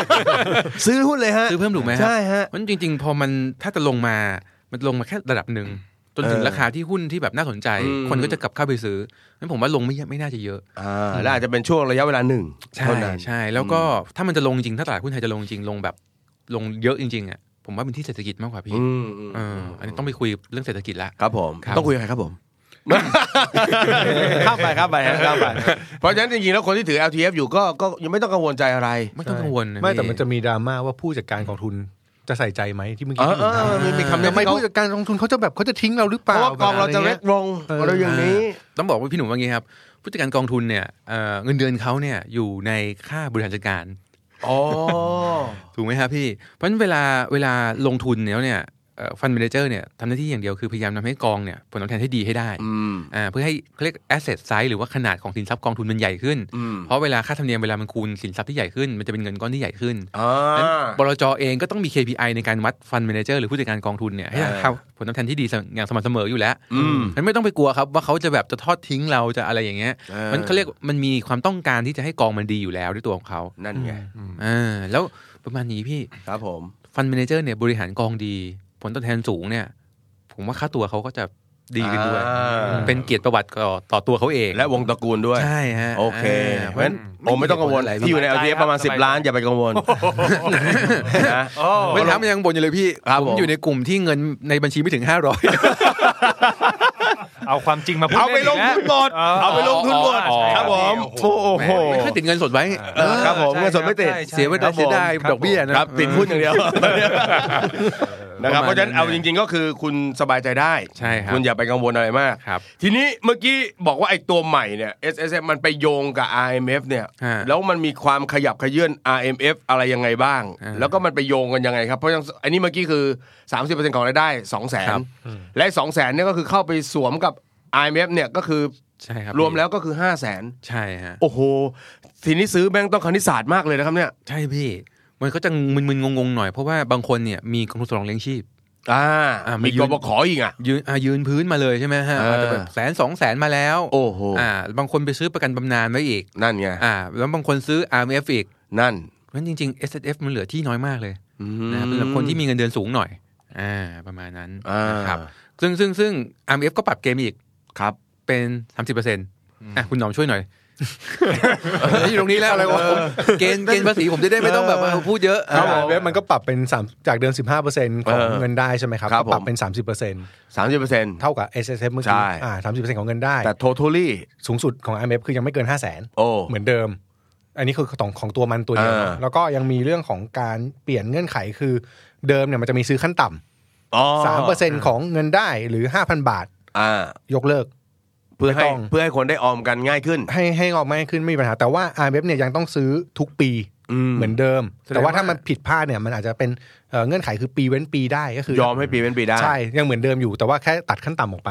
[SPEAKER 3] ซื้อหุ้นเลยฮะ
[SPEAKER 5] ซื้อเพิ่มถูกไหมครับ
[SPEAKER 3] ใช่ฮะ
[SPEAKER 5] เพราะจริงๆ พอมันถ้าจะลงมามันลงมาแค่ระดับหนึ่ง จนถึง
[SPEAKER 3] เออ
[SPEAKER 5] ราคาที่หุ้นที่แบบน่าสนใจ
[SPEAKER 3] อืม
[SPEAKER 5] คนก็จะกลับเข้าไปซื้อนั้นผมว่าลงไม่เยอะไม่น่าจะเยอะ
[SPEAKER 3] อ่าแล้วอาจจะเป็นช่วงระยะเวลาหนึ่ง
[SPEAKER 5] ใช่
[SPEAKER 3] เท่านั้น
[SPEAKER 5] ใช่แล้วก็ถ้ามันจะลงจริงถ้าตลาดหุ้นไทยจะลงจริงลงแบบลงเยอะจริงๆอ่ะผมว่าเป็นที่เศรษฐกิจมากกว่าพี่
[SPEAKER 3] อืมอืม
[SPEAKER 5] เอออันนี้ต้องไปคุยเรื่องเศรษฐกิจละ
[SPEAKER 3] ครับผม
[SPEAKER 5] ครับ
[SPEAKER 3] ต้องคุยกับใครครับผม
[SPEAKER 4] ข้ามไปข้ามไป ฮะข้ามไป
[SPEAKER 3] เพราะฉะนั้นจริงๆแล้วคนที่ถือ LTF อยู่ก็ก็ยังไม่ต้องกังวลใจอะไร
[SPEAKER 5] ไม่ต้องกังวลนะ
[SPEAKER 4] ไม่
[SPEAKER 5] พี่
[SPEAKER 4] แต่มันจะมีดราม่าว่าผู้จัดการกองทุนจะใส่ใจไหมที่เมื่อ
[SPEAKER 3] เอ
[SPEAKER 4] กี้
[SPEAKER 3] อเออเออ
[SPEAKER 4] พี่หนุ่มถาม
[SPEAKER 3] มีมีคำ
[SPEAKER 4] ทำ
[SPEAKER 3] นี้
[SPEAKER 4] ไมผู้จัดการกองทุนเขาจะแบบเขาจะทิ้งเราหรือเป
[SPEAKER 3] เพ
[SPEAKER 4] ล่า
[SPEAKER 3] ราะว่ากองเราจะเล็กลงเราอย่างนี้
[SPEAKER 5] ต้องบอกว่าพี่หนุ่มว่างี้ครับผู้จัดการกองทุนเนี่ยเอ่อเงินเดือนเขาเนี่ยอยู่ในค่าบริหารจัดการ
[SPEAKER 3] อ๋อ
[SPEAKER 5] ถูกไหมครับพี่ เพราะฉะนั้นเวลาเวลาลงทุนแล้วเนี่ยฟันเมนเจอร์เนี่ยทำหน้าที่อย่างเดียวคือพยายามทำให้กองเนี่ยผลตอบแทนให้ดีให้ได้
[SPEAKER 3] อืม
[SPEAKER 5] อ่าเพื่อให้เขาเรียก asset size หรือว่าขนาดของสินทรัพย์กองทุนมันใหญ่ขึ้น
[SPEAKER 3] อืม
[SPEAKER 5] เพราะเวลาค่าธรรมเนียมเวลามันคูณสินทรัพย์ที่ใหญ่ขึ้น มันจะเป็นเงินก้อนที่ใหญ่ขึ้น
[SPEAKER 3] อ่า
[SPEAKER 5] งั้นบลจเองก็ต้องมี KPI ในการวัดฟันเมนเจอร์หรือผู้จัดการกองทุนเนี่ยให้
[SPEAKER 3] อ่า
[SPEAKER 5] ทำผลตอบแทนที่ดีอย่างสม่ำเสมออยู่แล้ว
[SPEAKER 3] อืม
[SPEAKER 5] งั้นไม่ต้องไปกลัวครับว่าเขาจะแบบจะทอดทิ้งเราจะอะไรอย่างเงี้ย
[SPEAKER 3] อ่ามั
[SPEAKER 5] มันเขาเรียกมันมีความต้องการที่จะให้กองมันดีอยู่แล้วด้วยตัวของเขา
[SPEAKER 3] นั่นไง
[SPEAKER 5] อ่าแล้วประมาณนี้พี่
[SPEAKER 3] ครับผม
[SPEAKER 5] ฟันเมนเจอร์เนี่ยบริหารกองดี ผลตอบแทนสูงเนี่ย ผมว่าค่าตัวเขาก็จะดีขึ้นด้วย
[SPEAKER 3] อ่า
[SPEAKER 5] เป็นเกียรติประวัติต่อต่อตัวเขาเอง
[SPEAKER 3] และวงตระกูลด้วย
[SPEAKER 5] ใช่ฮะ
[SPEAKER 3] โอเค
[SPEAKER 5] อ่า
[SPEAKER 3] เพ
[SPEAKER 5] เพ
[SPEAKER 3] ราะ
[SPEAKER 5] ราะ
[SPEAKER 3] ฉะ
[SPEAKER 5] ฉะ
[SPEAKER 3] นั้
[SPEAKER 5] นั้น น
[SPEAKER 3] โอ้ไม่ต้องกังวลที่อยู่ใน
[SPEAKER 2] สบายใจ
[SPEAKER 3] LTF ประมาณ
[SPEAKER 2] สบายใจ
[SPEAKER 3] 10 ล้านอย่าไปกังวล
[SPEAKER 2] โอ้
[SPEAKER 5] เมื่อเช้ามันยังบ่นอยู่เลยพี่
[SPEAKER 3] ครับผม
[SPEAKER 5] ผมอยู่ในกลุ่มที่เงินในบัญชีไม่ถึง 500
[SPEAKER 2] เอาความจริงมาพูด
[SPEAKER 3] เอาไปลงทุนหมด
[SPEAKER 2] ล่น
[SPEAKER 3] เอาไปลงทุนหมด
[SPEAKER 2] อ๋อ
[SPEAKER 3] ครับผม โอ้โห
[SPEAKER 5] ไม่ค่อยติดเงินสดไว้
[SPEAKER 3] เออครับผมเงินสดไม่ติด
[SPEAKER 2] ใช่ใช่
[SPEAKER 5] เสียไม่
[SPEAKER 2] ค
[SPEAKER 5] ได้
[SPEAKER 2] รับ
[SPEAKER 5] เสียได้
[SPEAKER 2] ผม
[SPEAKER 5] ดอกเบี้ยนะครับ
[SPEAKER 3] ติดหุ้นอย่างเดียวนะครับ
[SPEAKER 5] ป
[SPEAKER 3] เพราะฉะนั้นเอาจ
[SPEAKER 5] ย
[SPEAKER 3] ริง ๆ ก็คือคุณสบายใจได้
[SPEAKER 5] ใช่ครับ
[SPEAKER 3] คุณอย่าไปกังวลอะไรมาก
[SPEAKER 5] ครับ
[SPEAKER 3] ทีนี้เมื่อกี้บอกว่าไอ้ตัวใหม่เนี่ย S S M มันไปโยงกับ I M F เนี่ย
[SPEAKER 5] ฮะ
[SPEAKER 3] แล้วมันมีความขยับขยื่น R M F อะไรยังไงบ้าง
[SPEAKER 5] อ่า
[SPEAKER 3] แล้วก็มันไปโยงกันยังไงครับ เพราะฉะนั้นอันนี้เมื่อกี้คือ 30%ของรายได้ 2 0 0 0 0
[SPEAKER 5] ครับ
[SPEAKER 3] 0และ2 0 0 0 0เนี่ยก็คือเข้าไปสวมกับ I M F เนี่ยก็คือ
[SPEAKER 5] ใช่ครับ
[SPEAKER 3] รวมแล้วก็คือ 5 0 0 0 0 0
[SPEAKER 5] ใช่ฮะ
[SPEAKER 3] โอ้โห ทีนี้ซื้อแบงค์ต้องคณิตศาสตร์มากเลยนะครับเนี่ย
[SPEAKER 5] ใช่พี่ มันก็จะมึนๆงงๆหน่อยเพราะว่าบางคนเนี่ยมีกองทุนสำรองเลี้ยงชีพ
[SPEAKER 3] อ่า
[SPEAKER 5] อ่ามี
[SPEAKER 3] มี
[SPEAKER 5] ยื
[SPEAKER 3] ก
[SPEAKER 5] น
[SPEAKER 3] บขออีกอ่ะ
[SPEAKER 5] ยืนอ่ะยืนพื้นมาเลยใช่ไหมฮะ
[SPEAKER 3] เอออ
[SPEAKER 5] อาจจะแบบแสนสองแสนมาแล้ว
[SPEAKER 3] โอ้โห
[SPEAKER 5] อ่าบางคนไปซื้อประกันบำนาญไว้อีก
[SPEAKER 3] นั่นไง
[SPEAKER 5] อ่าแล้วบางคนซื้อ RMF อีก
[SPEAKER 3] นั่น
[SPEAKER 5] นั้นจริงๆ S F มันเหลือที่น้อยมากเลย
[SPEAKER 3] อืม
[SPEAKER 5] นะครับสำหรับคนที่มีเงินเดือนสูงหน่อย อ่า ประมาณนั้น
[SPEAKER 3] อ่าน
[SPEAKER 5] นะครับซึ่งซึ่งซึ่ง RMF ก็ปรับเกมอีก
[SPEAKER 3] ครับ
[SPEAKER 5] เป็น 30%อ่ะคุณหนอมช่วยหน่อย อยู่ตรงนี้แล้วอะไรวะเกณฑ์เกณฑ์ภาษีผมจะได้ไม่ต้องแบบว่าพูดเยอะ
[SPEAKER 4] เออ
[SPEAKER 5] อ่า
[SPEAKER 4] เว็บมันก็ปรับเป็นสามจากเดิม15%ของ
[SPEAKER 3] เออ
[SPEAKER 4] เงินได้ใช่ไหมครับ
[SPEAKER 3] ครับผม
[SPEAKER 4] ก็ปรับเป็น 30%
[SPEAKER 3] 30%
[SPEAKER 4] เท่ากับ S S F เมื่อกี้
[SPEAKER 3] ใช่
[SPEAKER 4] อ่าสามสิบเปอร์เซ็นต์ของเงินได้
[SPEAKER 3] แต่ totally
[SPEAKER 4] สูงสุดของ I M F คือยังไม่เกินห้าแสน
[SPEAKER 3] โอ้
[SPEAKER 4] เหมือนเดิม อันนี้คือของของตัวมันตัวเดียว
[SPEAKER 3] เออ
[SPEAKER 4] เนอะแล้วก็ยังมีเรื่องของการเปลี่ยนเงื่อนไขคือเดิมเนี่ยมันจะมีซื้อขั้นต่ำสามเปอร์เซ็นต์ของเงินได้หรือห้าพันบาท
[SPEAKER 3] อ่าย
[SPEAKER 4] กเลิก
[SPEAKER 3] เพื่อให้
[SPEAKER 4] ไม่ต้อง
[SPEAKER 3] เพื่อให้คนได้ออมกันง่ายขึ้น
[SPEAKER 4] ให้ให้ออกมาให้ขึ้นไม่มีปัญหา แต่ว่า I M F เนี่ยยังต้องซื้อทุกปี
[SPEAKER 3] อืม
[SPEAKER 4] เหมือนเดิม
[SPEAKER 5] แสดง
[SPEAKER 4] แต่ว่า
[SPEAKER 5] ว่า
[SPEAKER 4] ถ้ามันผิดพลาดเนี่ยมันอาจจะเป็นเอ่อเงื่อนไขคือปีเว้นปีได้ก็คือย
[SPEAKER 3] อมให้ปีเป็นปีได้
[SPEAKER 4] ใช่ยังเหมือนเดิมอยู่แต่ว่าแค่ตัดขั้นต่ำออกไป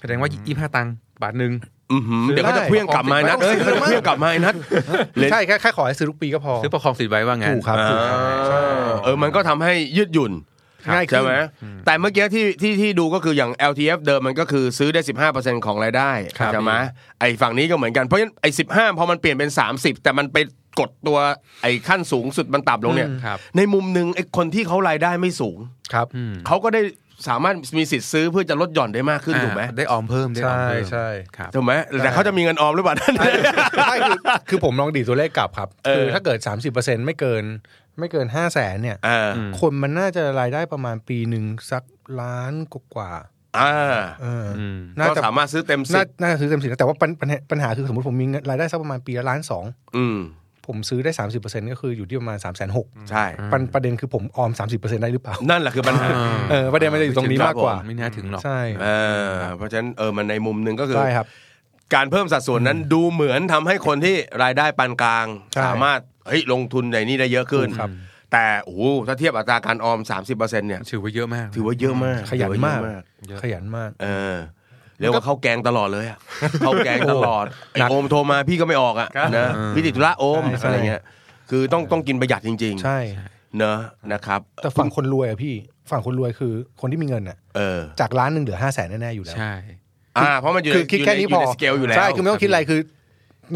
[SPEAKER 5] แสดงว่ายี่ห้าตังค์บาทหนึ่ง
[SPEAKER 3] อื้อหือ
[SPEAKER 4] ซื้อ
[SPEAKER 3] เดี๋ยวเขาจะเพี้ยงกลับมานัด
[SPEAKER 4] ได้
[SPEAKER 3] เอ้ยเขาจะเพี้ยงกลับมานัดเลน
[SPEAKER 4] ใช่แค่แค่ขอให้ซื้อทุกปีก็พอ
[SPEAKER 5] ซื้อประคองสิทธิ์ไว้ว่างั้น
[SPEAKER 4] ถูกครับ
[SPEAKER 3] อ่า
[SPEAKER 4] ถูกครับใช่
[SPEAKER 3] เออมันก็ทำให้ยืดหยุ่น
[SPEAKER 4] ง่ายขึ้น
[SPEAKER 3] ใช่ไหมแต่เมื่อกี้ที่ที่ที่ดูก็คืออย่าง LTF เดิมมันก็คือซื้อได้ 15%ของรายได้
[SPEAKER 5] ครับ
[SPEAKER 3] ใช่ไหมไอ้ฝั่งนี้ก็เหมือนกันเพราะฉะนั้นไอ้15 พอมันเปลี่ยนเป็น 30 แต่มันไปกดตัวไอ้ขั้นสูงสุดมันต่ำลงเนี่ย
[SPEAKER 5] ครับ
[SPEAKER 3] ในมุมหนึ่งไอ้คนที่เขารายได้ไม่สูง
[SPEAKER 4] ครับ
[SPEAKER 5] อืม
[SPEAKER 3] เขาก็ได้ สามารถมีสิทธิ์ซื้อเพื่อจะลดหย่อนได้มากขึ้นถูกไหม
[SPEAKER 5] อ่าได้ออมเพิ่มได้ออม
[SPEAKER 4] ใช่
[SPEAKER 5] เพิ่ม
[SPEAKER 4] ใช่
[SPEAKER 5] ครับ
[SPEAKER 3] ถูกไหมแต่เขาจะมีเงินออมหรือเปล่านั่น
[SPEAKER 4] ไม่คือคือผมลองดีดตัวเลขกลับครับ
[SPEAKER 3] เออ
[SPEAKER 4] คือถ้าเกิด 30%ไม่เกิน ไม่เกินห้าแสนเนี่ย
[SPEAKER 3] เออ
[SPEAKER 4] คนมันน่าจะรายได้ประมาณปีหนึ่งสักล้านกว่า
[SPEAKER 3] อ่า
[SPEAKER 4] ๆเอออ
[SPEAKER 5] ม
[SPEAKER 4] น่า
[SPEAKER 3] ก็
[SPEAKER 4] จะ
[SPEAKER 3] สามารถซื้อเต็มสิ
[SPEAKER 4] น่า
[SPEAKER 3] ทธิ์
[SPEAKER 4] น่าจะซื้อเต็มสิบนะแต่ว่าปัญปัญหาปัญหาคือสมมติผมมีเงินรายได้สักประมาณปีละล้านสอง
[SPEAKER 3] อืม
[SPEAKER 4] ผมซื้อได้ 30%ก็คืออยู่ที่ประมาณ3ามแสนหก
[SPEAKER 3] ใช่
[SPEAKER 4] ประเด็นคือผมออม 30%ได้หรือเปล่า
[SPEAKER 3] นั่นแหละคือปัญหา
[SPEAKER 4] เออประเด็นมันจะอยู่ตรงนี้มากกว่า
[SPEAKER 5] ไม่น่าถึงหรอก
[SPEAKER 4] ใช่
[SPEAKER 3] เออเพราะฉะนั้นเออมันในมุมหนึ่งก็คือ
[SPEAKER 4] ใช่ครับ
[SPEAKER 3] การเพิ่มสัดส่วนนั้นดูเหมือนทำให้คนที่รายได้ปานกลาง
[SPEAKER 4] ใช่
[SPEAKER 3] สามารถเฮ้ยลงทุนในนี่ได้เยอะขึ้น
[SPEAKER 4] ครับ
[SPEAKER 3] แต่โอ้โหถ้าเทียบอัตราการออม 30%เนี่ย
[SPEAKER 5] ถือว่าเยอะมาก
[SPEAKER 3] ถือว่าเยอะมาก
[SPEAKER 4] ขยันมาก
[SPEAKER 3] ถือว่เยอะ
[SPEAKER 4] ขยันมาก
[SPEAKER 3] เออเรียกว่าเข้าแกงตลอดเลยอะเข้าแกงตลอดไอ
[SPEAKER 4] หนัก
[SPEAKER 3] โอมโทรมาพี่ก็ไม่ออกอะนะพี่ติดธุระโอม
[SPEAKER 4] ใช่
[SPEAKER 3] อะไรเงี้ยคือต้องต้องกินประหยัดจริง
[SPEAKER 4] ใช่
[SPEAKER 3] ๆเนอะนะครับ
[SPEAKER 4] แต่ฝั่งคนรวยอะพี่ฝั่งคนรวยคือคนที่มีเงินอะ
[SPEAKER 3] เออ
[SPEAKER 4] จากล้านหนึ่งเหลือห้าแสนแน่ๆอยู่แล้ว
[SPEAKER 5] ใช่
[SPEAKER 3] อ่าเพราะมันอยู่
[SPEAKER 4] คือ
[SPEAKER 3] ใน
[SPEAKER 4] คิดแค่นี้
[SPEAKER 3] ยู่
[SPEAKER 4] พอ
[SPEAKER 3] ใสเกลอยู่แล้ว
[SPEAKER 4] ใช่คือไม่ต้องคิดอะไรคือ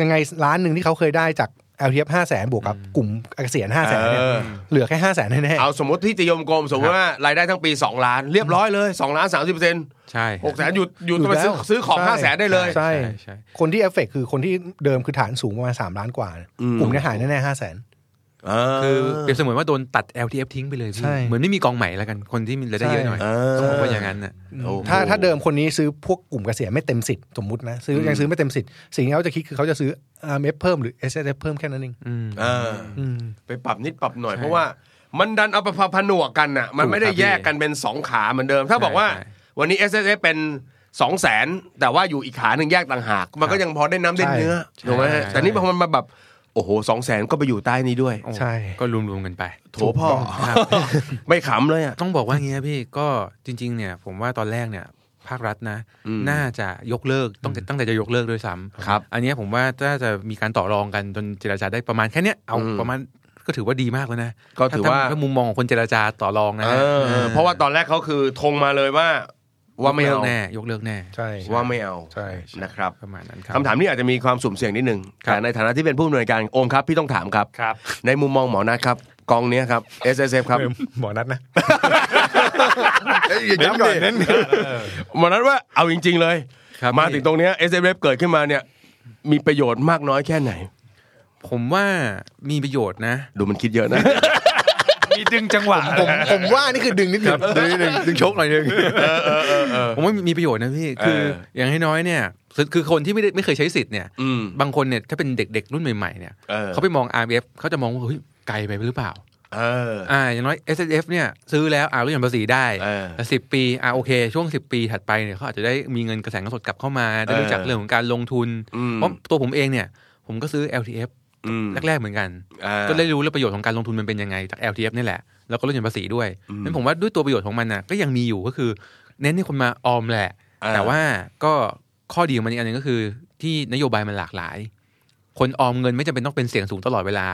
[SPEAKER 4] ยังไงร้านหนึ่งที่เขาเคยได้จาก LTF ห้าแสนบวกกับกลุ่มเกษียณห้าแสนเนี่ย
[SPEAKER 3] เออ
[SPEAKER 4] เหลือแค่ห้าแสนแน่
[SPEAKER 3] เอาสมมติที่จะยมกลมสมมติว่ารายได้ทั้งปี 2 ล้าน เรียบร้อยเลย 2 ล้าน 30เปอร์เซ็นต์
[SPEAKER 5] ใช่
[SPEAKER 3] หกแสนหยุดห
[SPEAKER 4] ๆ
[SPEAKER 3] ยุดไปซื้อซื้อของ5แสนได้เลย
[SPEAKER 4] ใช่
[SPEAKER 5] ใช่ใช่
[SPEAKER 4] คนที่เอฟเฟกคือคนที่เดิมคือฐานสูงประมาณสามล้านกว่า
[SPEAKER 3] อืม
[SPEAKER 4] กลุ่มเนี้หายแน่ๆห้าแสน
[SPEAKER 5] คือเปรียบเสมือนว่าโดนตัด LTF ทิ้งไปเลยพี่
[SPEAKER 4] ใช่
[SPEAKER 5] เหมือนไม่มีกองใหม่แล้วกันคนที่มีรายได้เยอะหน่อย
[SPEAKER 3] ใช่เออ
[SPEAKER 5] ต้องบอกว่าอย่างนั้นน่ะ
[SPEAKER 3] โอ้โห
[SPEAKER 4] ถ้าถ้าเดิมคนนี้ซื้อพวกกลุ่มเกษียณไม่เต็มสิทธิ์สมมตินะซื้อยังซื้อไม่เต็มสิทธิ์สิ่งที่เขาจะคิดคือเขาจะซื้อ RMF เพิ่มหรือ s s f เพิ่มแค่นั้นเอง
[SPEAKER 5] อืม
[SPEAKER 3] เออ
[SPEAKER 4] อืม
[SPEAKER 3] ไปปรับนิดปรับหน่อย
[SPEAKER 5] ใช่
[SPEAKER 3] เพราะว่ามันดันเอาไปผนวกกันน่ะ มันไม่ได้
[SPEAKER 5] ถูกครับ
[SPEAKER 3] แยกกันเป็น 2 ขาเหมือนเดิม ถ้าบอกว่า
[SPEAKER 5] ใช่
[SPEAKER 3] วันนี้ S S A เป็น2องแสนแต่ว่าอยู่อีกขาหนึ่งแยกต่างหาก มันก็ยังพอได้น้ำได้เนื้อถูกไหมฮะแต่นี่พอมันมาแบบโอ้โหสองแสนก็ไปอยู่ใต้นี้ด้วย
[SPEAKER 5] โอ้
[SPEAKER 4] ใช่
[SPEAKER 5] ก็รวมๆกันไป
[SPEAKER 3] โถพ่อไม่ขำเลยอ่ะ
[SPEAKER 5] ต้องบอกว่าอย่างเงี้ยพี่ก็จริง ๆ เนี่ย ผมว่าตอนแรกเนี่ย ภาครัฐนะ
[SPEAKER 3] อืม
[SPEAKER 5] น่าจะยกเลิกต้องตั้งแต่จะยกเลิกด้วยซ้ำ
[SPEAKER 3] ครับ
[SPEAKER 5] อันเนี้ยผมว่าน่าจะมีการต่อรองกันจนเจรจาได้ประมาณแค่เนี้ยเอา
[SPEAKER 3] อืม
[SPEAKER 5] ประมาณก็ถือว่าดีมากแล้วนะ
[SPEAKER 3] ก็ถือว่า
[SPEAKER 5] ถ้มุมมองของคนเจรจาต่อรองนะ
[SPEAKER 3] เออเออเพราะว่าตอนแรกเขาคือธงมาเลยว่า ว่าไม่
[SPEAKER 5] ยก
[SPEAKER 3] เอา
[SPEAKER 5] ลิกแน่ยกเลิกแน่
[SPEAKER 4] ใช่
[SPEAKER 3] ว่าไม่เอา
[SPEAKER 4] ใช่
[SPEAKER 3] นะครับ
[SPEAKER 5] ประมาณนั้นครับ
[SPEAKER 3] คำถามนี้อาจจะมีความสุ่มเสี่ยงนิดนึง
[SPEAKER 5] ครับ
[SPEAKER 3] แต่ในฐานะที่เป็นผู้อำนวยการองค์ครับพี่ต้องถามครับ
[SPEAKER 2] ครับ
[SPEAKER 3] ในมุมมองหมอนัทครับ กองเนี้ยครับ S S F ครับ
[SPEAKER 4] หมอนัดนะ
[SPEAKER 3] เน้นก่อนเน้นหมอนัทว่าเอาจริง ๆ เลย
[SPEAKER 5] ครับ
[SPEAKER 3] มา
[SPEAKER 5] พี่
[SPEAKER 3] ถึงตรงเนี้ย S S F เกิดขึ้นมาเนี่ย มีประโยชน์มากน้อยแค่ไหน
[SPEAKER 5] ผมว่ามีประโยชน์นะ
[SPEAKER 3] ดูมันคิดเยอะนะ
[SPEAKER 2] มีดึงจังหวะ
[SPEAKER 4] ผมผมว่านี่คือดึงนิดหนึงดึงนิดหนึงดึงชกหน่อยนึง
[SPEAKER 5] ผมว่ามีประโยชน์นะพี่ คือ
[SPEAKER 3] เออ
[SPEAKER 5] อย่างน้อยๆเนี่ยคือคือคนที่ไม่ได้ไม่เคยใช้สิทธิ์เนี่ย
[SPEAKER 3] อืม
[SPEAKER 5] บางคนเนี่ยถ้าเป็นเด็กๆ รุ่นใหม่ๆเนี่ย
[SPEAKER 3] เออ
[SPEAKER 5] เขาไปมอง RMF เขาจะมองว่าเฮ้ยไกลไปหรือเปล่า
[SPEAKER 3] เออ
[SPEAKER 5] อ่าอย่างน้อย S F เนี่ยซื้อแล้วอ่าลดหย่อนภาษีได้
[SPEAKER 3] เออ
[SPEAKER 5] แต่สิบปีอ่าโอเค ช่วงสิบปีถัดไปเนี่ยเขาอาจจะได้มีเงินกระแสเงินสดกลับเข้ามาได้รู้จักเรื่องของการลงทุน
[SPEAKER 3] อืม
[SPEAKER 5] เพราะตัวผมเองเนี่ย ผมก็ซื้อ L T F
[SPEAKER 3] อืม
[SPEAKER 5] แรกๆเหมือนกัน
[SPEAKER 3] อ่า
[SPEAKER 5] ก็ได้รู้แล้วประโยชน์ของการลงทุนมันเป็นยังไงจาก LTF นี่แหละ แล้วก็ลดหย่อนภาษีด้วย
[SPEAKER 3] อืม
[SPEAKER 5] นั้นผมว่าด้วยตัวประโยชน์ของมันน่ะก็ยังมีอยู่ก็คือ เน้นให้คนมาออมแหละ
[SPEAKER 3] อ่า
[SPEAKER 5] แต่ว่าก็ข้อดีของมันอีกอันหนึงก็คือ ที่นโยบายมันหลากหลาย คนออมเงินไม่จำเป็นต้องเป็นเสี่ยงสูงตลอดเวลา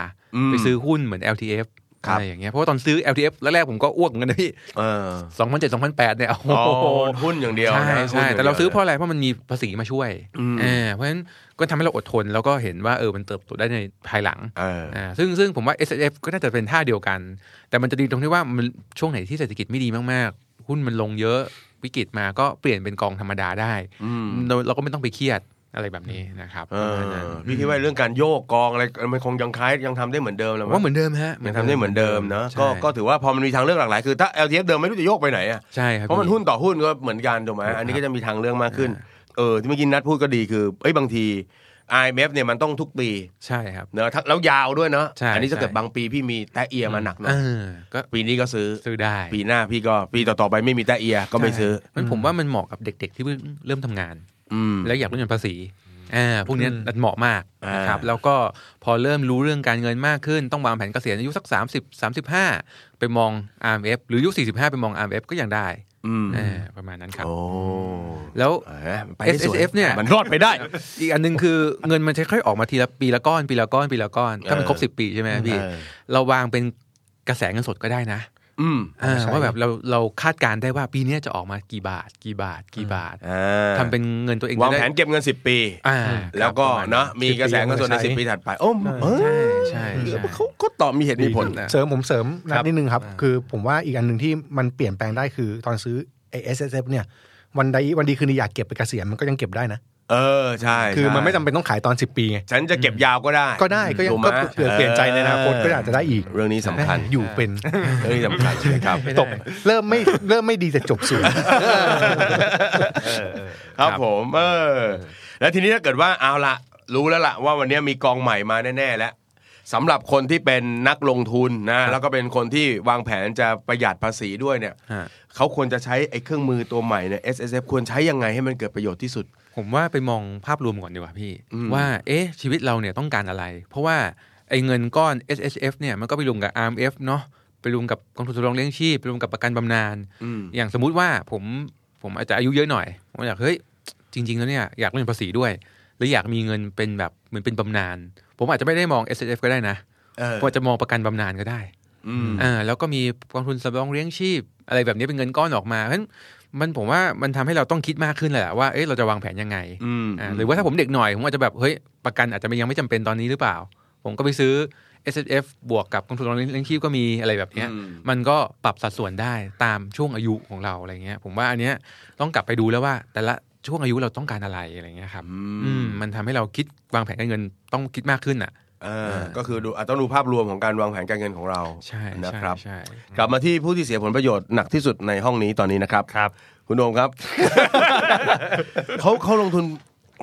[SPEAKER 3] ม
[SPEAKER 5] ไปซื้อหุ้นเหมือน LTF
[SPEAKER 3] ครับ
[SPEAKER 5] อะไรอย่างเงี้ยเพราะว่าตอนซื้อ LTF แรกๆผมก็อ้วกเหมือนกันนะพี่
[SPEAKER 3] เออ
[SPEAKER 5] สองพันเจ็ดสองพันแปดเนี่ยโอ้โห
[SPEAKER 3] อ๋อหุ้นอย่างเดียว
[SPEAKER 5] ใช่
[SPEAKER 3] นะ
[SPEAKER 5] ใช่
[SPEAKER 3] หุ้นย่งดียว
[SPEAKER 5] แต่เราซื้อเพราะอะไรเพราะมันมีภาษีมาช่วย
[SPEAKER 3] อืม
[SPEAKER 5] เออเพราะฉะนั้นก็ทำให้เราอดทนแล้วก็เห็นว่าเออมันเติบโตได้ในภายหลัง
[SPEAKER 3] เออ
[SPEAKER 5] อ่าซึ่งซึ่งผมว่า S F ก็น่าจะเป็นท่าเดียวกัน แต่มันจะดีตรงที่ว่ามันช่วงไหนที่เศรษฐกิจไม่ดีมากๆ หุ้นมันลงเยอะวิกฤตมาก็เปลี่ยนเป็นกองธรรมดาได้
[SPEAKER 3] อืม
[SPEAKER 5] เราเราก็ไม่ต้องไปเครียดอะไรแบบนี้นะครับ
[SPEAKER 3] เอ
[SPEAKER 5] ประมาณ
[SPEAKER 3] อ
[SPEAKER 5] นั้น
[SPEAKER 3] พี่คิดว่าเรื่องการโยกกองอะไรมันคงยังคล้ายยังทำได้เหมือนเดิมแหล้
[SPEAKER 5] ผม
[SPEAKER 3] มั้ง
[SPEAKER 5] ว่าเหมือนเดิมฮะ
[SPEAKER 3] ยังทำได้เหมือนเดิมเนอะ
[SPEAKER 5] ใช่
[SPEAKER 3] ก็ก็ถือว่าพอมันมีทางเลือกหลากหลายคือถ้า LTF เดิมไม่รู้จะโยกไปไหนอ่ะ
[SPEAKER 5] ใช่ครับ
[SPEAKER 3] เพราะมันหุ้นต่อหุ้นก็เหมือนกันถูกไหมอันนี้ก็จะมีทางเลือกมากขึ้น
[SPEAKER 5] อ่า
[SPEAKER 3] เออที่เมื่อกี้นัดพูดก็ดีคือเอ้ยบางที IMF เนี่ยมันต้องทุกปี
[SPEAKER 5] ใช่ครับ
[SPEAKER 3] เนอะถ้าแล้วยาวด้วยเนอะ
[SPEAKER 5] ใช่
[SPEAKER 3] อันี้ถ้าเกิด
[SPEAKER 5] ใช่
[SPEAKER 3] บางปีพี่มีแตะเอียมาหนักหน่อ
[SPEAKER 5] เอย อก็
[SPEAKER 3] ปีนี้ก็ซื้อ
[SPEAKER 5] ซื้อได้
[SPEAKER 3] ปีหน้าพี่ก็ปีต่อๆไปไม่มีแตะเอียก็ไม่ซื้อ
[SPEAKER 5] ใช่มันผมว่ามันเหมาะกับเด็ก ๆ ที่เพิ่งเริ่มทำงาน
[SPEAKER 3] อืม
[SPEAKER 5] แล้วอยากลดหย่อนภาษีอ่าพวกเนี้ยมันเหมาะมาก
[SPEAKER 3] อ่าน
[SPEAKER 5] นะครับ แล้วก็พอเริ่มรู้เรื่องการเงินมากขึ้น ต้องวางแผนเกษียณอายุสัก 30 35 ไปมอง RMF หรืออายุ45 ไปมอง RMF ก็ยังได้
[SPEAKER 3] อืม
[SPEAKER 5] อ่าประมาณนั้นครับ
[SPEAKER 3] โอ้
[SPEAKER 5] แล้ว
[SPEAKER 3] เออไปได้สวย
[SPEAKER 5] SSF เนี่ย
[SPEAKER 3] มันรอดไปได้
[SPEAKER 5] อีกอันหนึงคือเงินมันจะค่อยออกมาทีละปีละก้อนปีละก้อนปีละก้อน ถ้ามัน
[SPEAKER 3] เออ
[SPEAKER 5] ครบ 10 ปีใช่ไหมพี่
[SPEAKER 3] เออ
[SPEAKER 5] เราวางเป็นกระแสเงินสดก็ได้นะ
[SPEAKER 3] อืม
[SPEAKER 5] อ่า
[SPEAKER 4] ใช่
[SPEAKER 5] ว่าแบบเราเราคาดการณ์ได้ว่าปีเนี้ยจะออกมากี่บาท กี่บาทกี่บาท
[SPEAKER 3] อ่า
[SPEAKER 5] ทำเป็นเงินตัวเอง
[SPEAKER 3] วาง
[SPEAKER 5] จะได้
[SPEAKER 3] แผนเก็บเงินสิบปี
[SPEAKER 5] อ่า
[SPEAKER 3] แล้วก็
[SPEAKER 5] ครับประมาณ
[SPEAKER 3] เนาะมีกระแสเงินสดใน
[SPEAKER 4] ใช้
[SPEAKER 3] สิบปีถัดไปโอ้เออ
[SPEAKER 5] ใช่ใช่ใช่
[SPEAKER 3] เขาก็ตอบมีเหตุมีผลนะ
[SPEAKER 4] เสริมผมเสริม
[SPEAKER 3] ค
[SPEAKER 4] นั
[SPEAKER 3] รับ
[SPEAKER 4] ดนิดนึงครับ คือผมว่าอีกอันหนึ่งที่มันเปลี่ยนแปลงได้คือตอนซื้อ ไอเอสเอฟเนี่ยวันใดวันดีคืนดีอยากเก็บไปเกษียณมันก็ยังเก็บได้นะ
[SPEAKER 3] เออใช่
[SPEAKER 4] คือมันไม่จำ
[SPEAKER 3] ใช่
[SPEAKER 4] เป็นต้องขายตอนสิบปีไง
[SPEAKER 3] ฉันจะเก็บยาวก็ได้
[SPEAKER 4] ก็ได้ก็ยัง
[SPEAKER 3] ถูไหม
[SPEAKER 4] ก็เผื่อเปลี่ยนใจในอนาคตก็อาจจะได้อีก
[SPEAKER 3] เรื่องนี้สำคัญ
[SPEAKER 4] แม่อยู่เป็น
[SPEAKER 3] เรื่องนี้สำคัญนะครับ
[SPEAKER 4] ตกเริ่มไม่เริ่มไม่ดีแต่จบสวย
[SPEAKER 3] ครับผมเออแล้วทีนี้ถ้าเกิดว่าเอาละรู้แล้วละว่าวันนี้มีกองใหม่มาแน่ๆแล้วสำหรับคนที่เป็นนักลงทุนนะแล้วก็เป็นคนที่วางแผนจะประหยัดภาษีด้วยเนี่ย
[SPEAKER 5] ฮะ
[SPEAKER 3] เขาควรจะใช้ไอ้เครื่องมือตัวใหม่เนี่ย S S F ควรใช้ยังไงให้มันเกิดประโยชน์ที่สุด
[SPEAKER 5] ผมว่าไปมองภาพรวมก่อนดีกว่าพี่
[SPEAKER 3] อืม
[SPEAKER 5] ว่าเอ๊ะชีวิตเราเนี่ยต้องการอะไร เพราะว่าไอ้เงินก้อน S H F เนี่ยมันก็ไปรวมกับ R M F เนาะไปรวมกับกองทุนสำรองเลี้ยงชีพไปรวมกับประกันบำนาญ
[SPEAKER 3] อืม
[SPEAKER 5] อย่างสมมุติว่าผมผมอาจจะอายุเยอะหน่อยผมอยากเฮ้ยจริง ๆ แล้วเนี่ยอยากเรียนภาษีด้วยหรืออยากมีเงินเป็นแบบเหมือนเป็นบำนาญผมอาจจะไม่ได้มอง S H F ก็ได้นะ
[SPEAKER 3] เออ
[SPEAKER 5] ผมอาจจะมองประกันบำนาญก็ได้
[SPEAKER 3] อืม
[SPEAKER 5] อ่าแล้วก็มีกองทุนสำรองเลี้ยงชีพ อะไรแบบนี้เป็นเงินก้อนออกมาเพราะฉะนั้นมันผมว่ามันทำให้เราต้องคิดมากขึ้นเลยแหละว่าเอ๊ะเราจะวางแผนยังไง
[SPEAKER 3] อืม
[SPEAKER 5] อ่าหรือว่าถ้าผมเด็กหน่อย ผมอาจจะแบบเฮ้ยประกันอาจจะยังไม่จำเป็นตอนนี้หรือเปล่า ผมก็ไปซื้อ S F บวกกับกองทุนสำรองเลี้ยงชีพก็มีอะไรแบบเนี้ย
[SPEAKER 3] อืม
[SPEAKER 5] มันก็ปรับสัดส่วนได้ตามช่วงอายุของเราอะไรเงี้ย ผมว่าอันเนี้ยต้องกลับไปดูแล้วว่า แต่ละช่วงอายุเราต้องการอะไรอะไรเงี้ยครับ
[SPEAKER 3] อืม
[SPEAKER 5] อืมมันทำให้เราคิดวางแผนการเงินต้องคิดมากขึ้นอ่ะ
[SPEAKER 3] เออก็คือดูอ่ะต้องดูภาพรวมของการวางแผนการเงินของเรา
[SPEAKER 5] ใช่
[SPEAKER 3] นะ
[SPEAKER 5] ใช่
[SPEAKER 3] ครับ
[SPEAKER 5] ใช่
[SPEAKER 3] กลับมาที่ผู้ที่เสียผลประโยชน์หนักที่สุดในห้องนี้ตอนนี้นะครับ
[SPEAKER 2] ครับ
[SPEAKER 3] คุณโอม ครับ เขาเขาลงทุน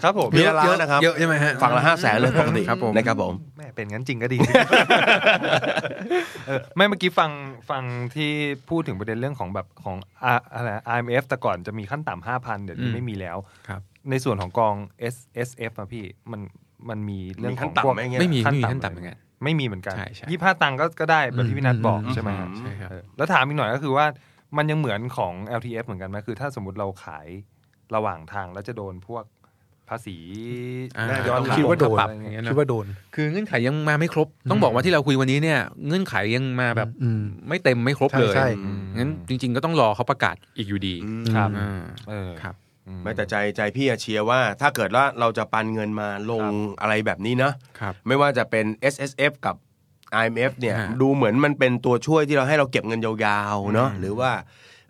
[SPEAKER 2] ครับผม
[SPEAKER 3] เยอะล้านนะครับ
[SPEAKER 5] เยอะใช่ไหมฮะ
[SPEAKER 3] ฝั่งละห้าแสนเลยปกติ
[SPEAKER 5] ครับผม
[SPEAKER 3] นะครับผม
[SPEAKER 2] แม่เป็นงั้นจริงก็ดี เออไม่เมื่อกี้ฟังฟังที่พูดถึงประเด็นเรื่องของแบบของอ่ะอะไรนะ IMF แต่ก่อนจะมีขั้นต่ำห้าพันเดี๋ยวนี้
[SPEAKER 5] อืม
[SPEAKER 2] ไม่มีแล้ว
[SPEAKER 5] ครับ
[SPEAKER 2] ในส่วนของกอง S S F อะพี่มันมันมีเรื่อง
[SPEAKER 3] มีขั้
[SPEAKER 2] ของ
[SPEAKER 3] นต่ำ
[SPEAKER 2] พวก
[SPEAKER 3] ไหมเงี้ย
[SPEAKER 5] ไม่มีไม่มีขั้นต่ำเหมือนกัน
[SPEAKER 2] ไม่มีเหมือนกัน
[SPEAKER 5] ใช่ใช่
[SPEAKER 2] ยี่ห้าตังค์ก็ก็ได้แบบที่พี่นัทบอก
[SPEAKER 5] อืม
[SPEAKER 2] ใช่ไหม
[SPEAKER 5] อืมใช่ครับ
[SPEAKER 2] เออแล้วถามอีกหน่อยก็คือว่ามันยังเหมือนของ LTF เหมือนกันไหมคือถ้าสมมติเราขายระหว่างทางแล้วจะโดนพวกภาษี
[SPEAKER 5] อ่า
[SPEAKER 2] ย้อนหลัง
[SPEAKER 4] คิดว่าโดน
[SPEAKER 2] ปรับอะไรอย่างเงี้ยนะ
[SPEAKER 4] คิดว่าโดน
[SPEAKER 5] คือเงื่อนไขยังมาไม่ครบ ต้องบอกว่าที่เราคุยวันนี้เนี่ย เงื่อนไขยังมาแบบ
[SPEAKER 4] อืม
[SPEAKER 5] ไม่เต็มไม่ครบ
[SPEAKER 4] ใช่
[SPEAKER 5] เลย
[SPEAKER 4] ใช่
[SPEAKER 5] อืมงั้นจริง ๆ ก็ต้องรอเขาประกาศอีกอยู่ดี
[SPEAKER 2] ครับ
[SPEAKER 5] อ่า
[SPEAKER 2] เออ
[SPEAKER 5] ครับ
[SPEAKER 2] อื
[SPEAKER 3] ไม่แต่ใจใจพี่อะเชียร์ว่า ถ้าเกิดว่าเราจะปันเงินมาลงอะไรแบบนี้นะครับ ไม่ว่าจะเป็น S S F กับ I M F เนี่ย
[SPEAKER 5] ฮะ
[SPEAKER 3] ดูเหมือนมันเป็นตัวช่วยที่เราให้เราเก็บเงินยาวๆเนาะหรือว่า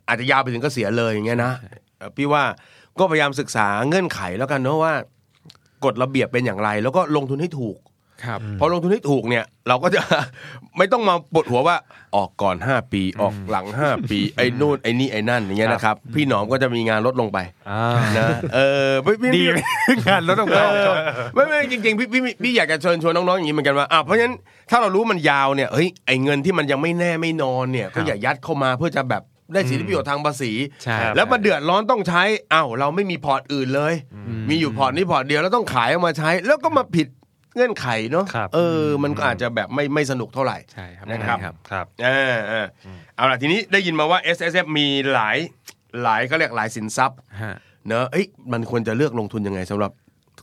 [SPEAKER 3] อาจจะยาวไปถึงเกษียณเลยอย่างเงี้ยนะเอ่อพี่ว่าก็พยายามศึกษาเงื่อนไขแล้วกันเนาะว่ากฎระเบียบเป็นอย่างไร แล้วก็ลงทุนให้ถูก
[SPEAKER 5] ครับ
[SPEAKER 3] พอลงทุนให้ถูกเนี่ย เราก็จะ ไม่ต้องมาปวดหัวว่าออกก่อน 5 ปีออกหลัง 5 ปี ไอ้นู่นไอ้นี่ไอ้นั่นอย่างเงี้ยนะครับ พี่หนอมก็จะมีงานลดลงไป
[SPEAKER 2] อ่า
[SPEAKER 3] นะเออไม่ไม่
[SPEAKER 2] ดีไหมงานลดลงไป
[SPEAKER 3] เออไม่ไม่จริงๆพี่พี่พี่อยากจะเชิญชวนน้องๆอย่างนี้เหมือนกันว่าอ่ะเพราะฉะนั้นถ้าเรารู้มันยาวเนี่ยเฮ้ยไอ้เงินที่มันยังไม่แน่ไม่นอนเนี่ยก็อย่ายัดเข้ามาเพื่อจะแบบได้สิทธิประโยชน์ทางภาษี
[SPEAKER 5] ใช่
[SPEAKER 3] แล้วมาเดือดร้อนต้องใช้อ้าวเราไม่มีพอร์ตอื่นเลย มีอยู่พอร์ตนี้พอร์ตเดียวแล้วต้องขายออกมาใช้ แล้วก็มาผิดเงื่อนไขเนาะ
[SPEAKER 2] ครับ
[SPEAKER 3] เออ มันก็อาจจะแบบไม่ไม่สนุกเท่าไหร่
[SPEAKER 5] ใช่ครับ
[SPEAKER 3] นะครับ
[SPEAKER 5] ใช่ครับ
[SPEAKER 2] ครับ
[SPEAKER 3] เออเอออเอาล่ะทีนี้ได้ยินมาว่า S S F มีหลายหลายก็เรียกหลายสินทรัพย์
[SPEAKER 5] ฮะ
[SPEAKER 3] เนอะเอ้ยมันควรจะเลือกลงทุนยังไงสำหรับ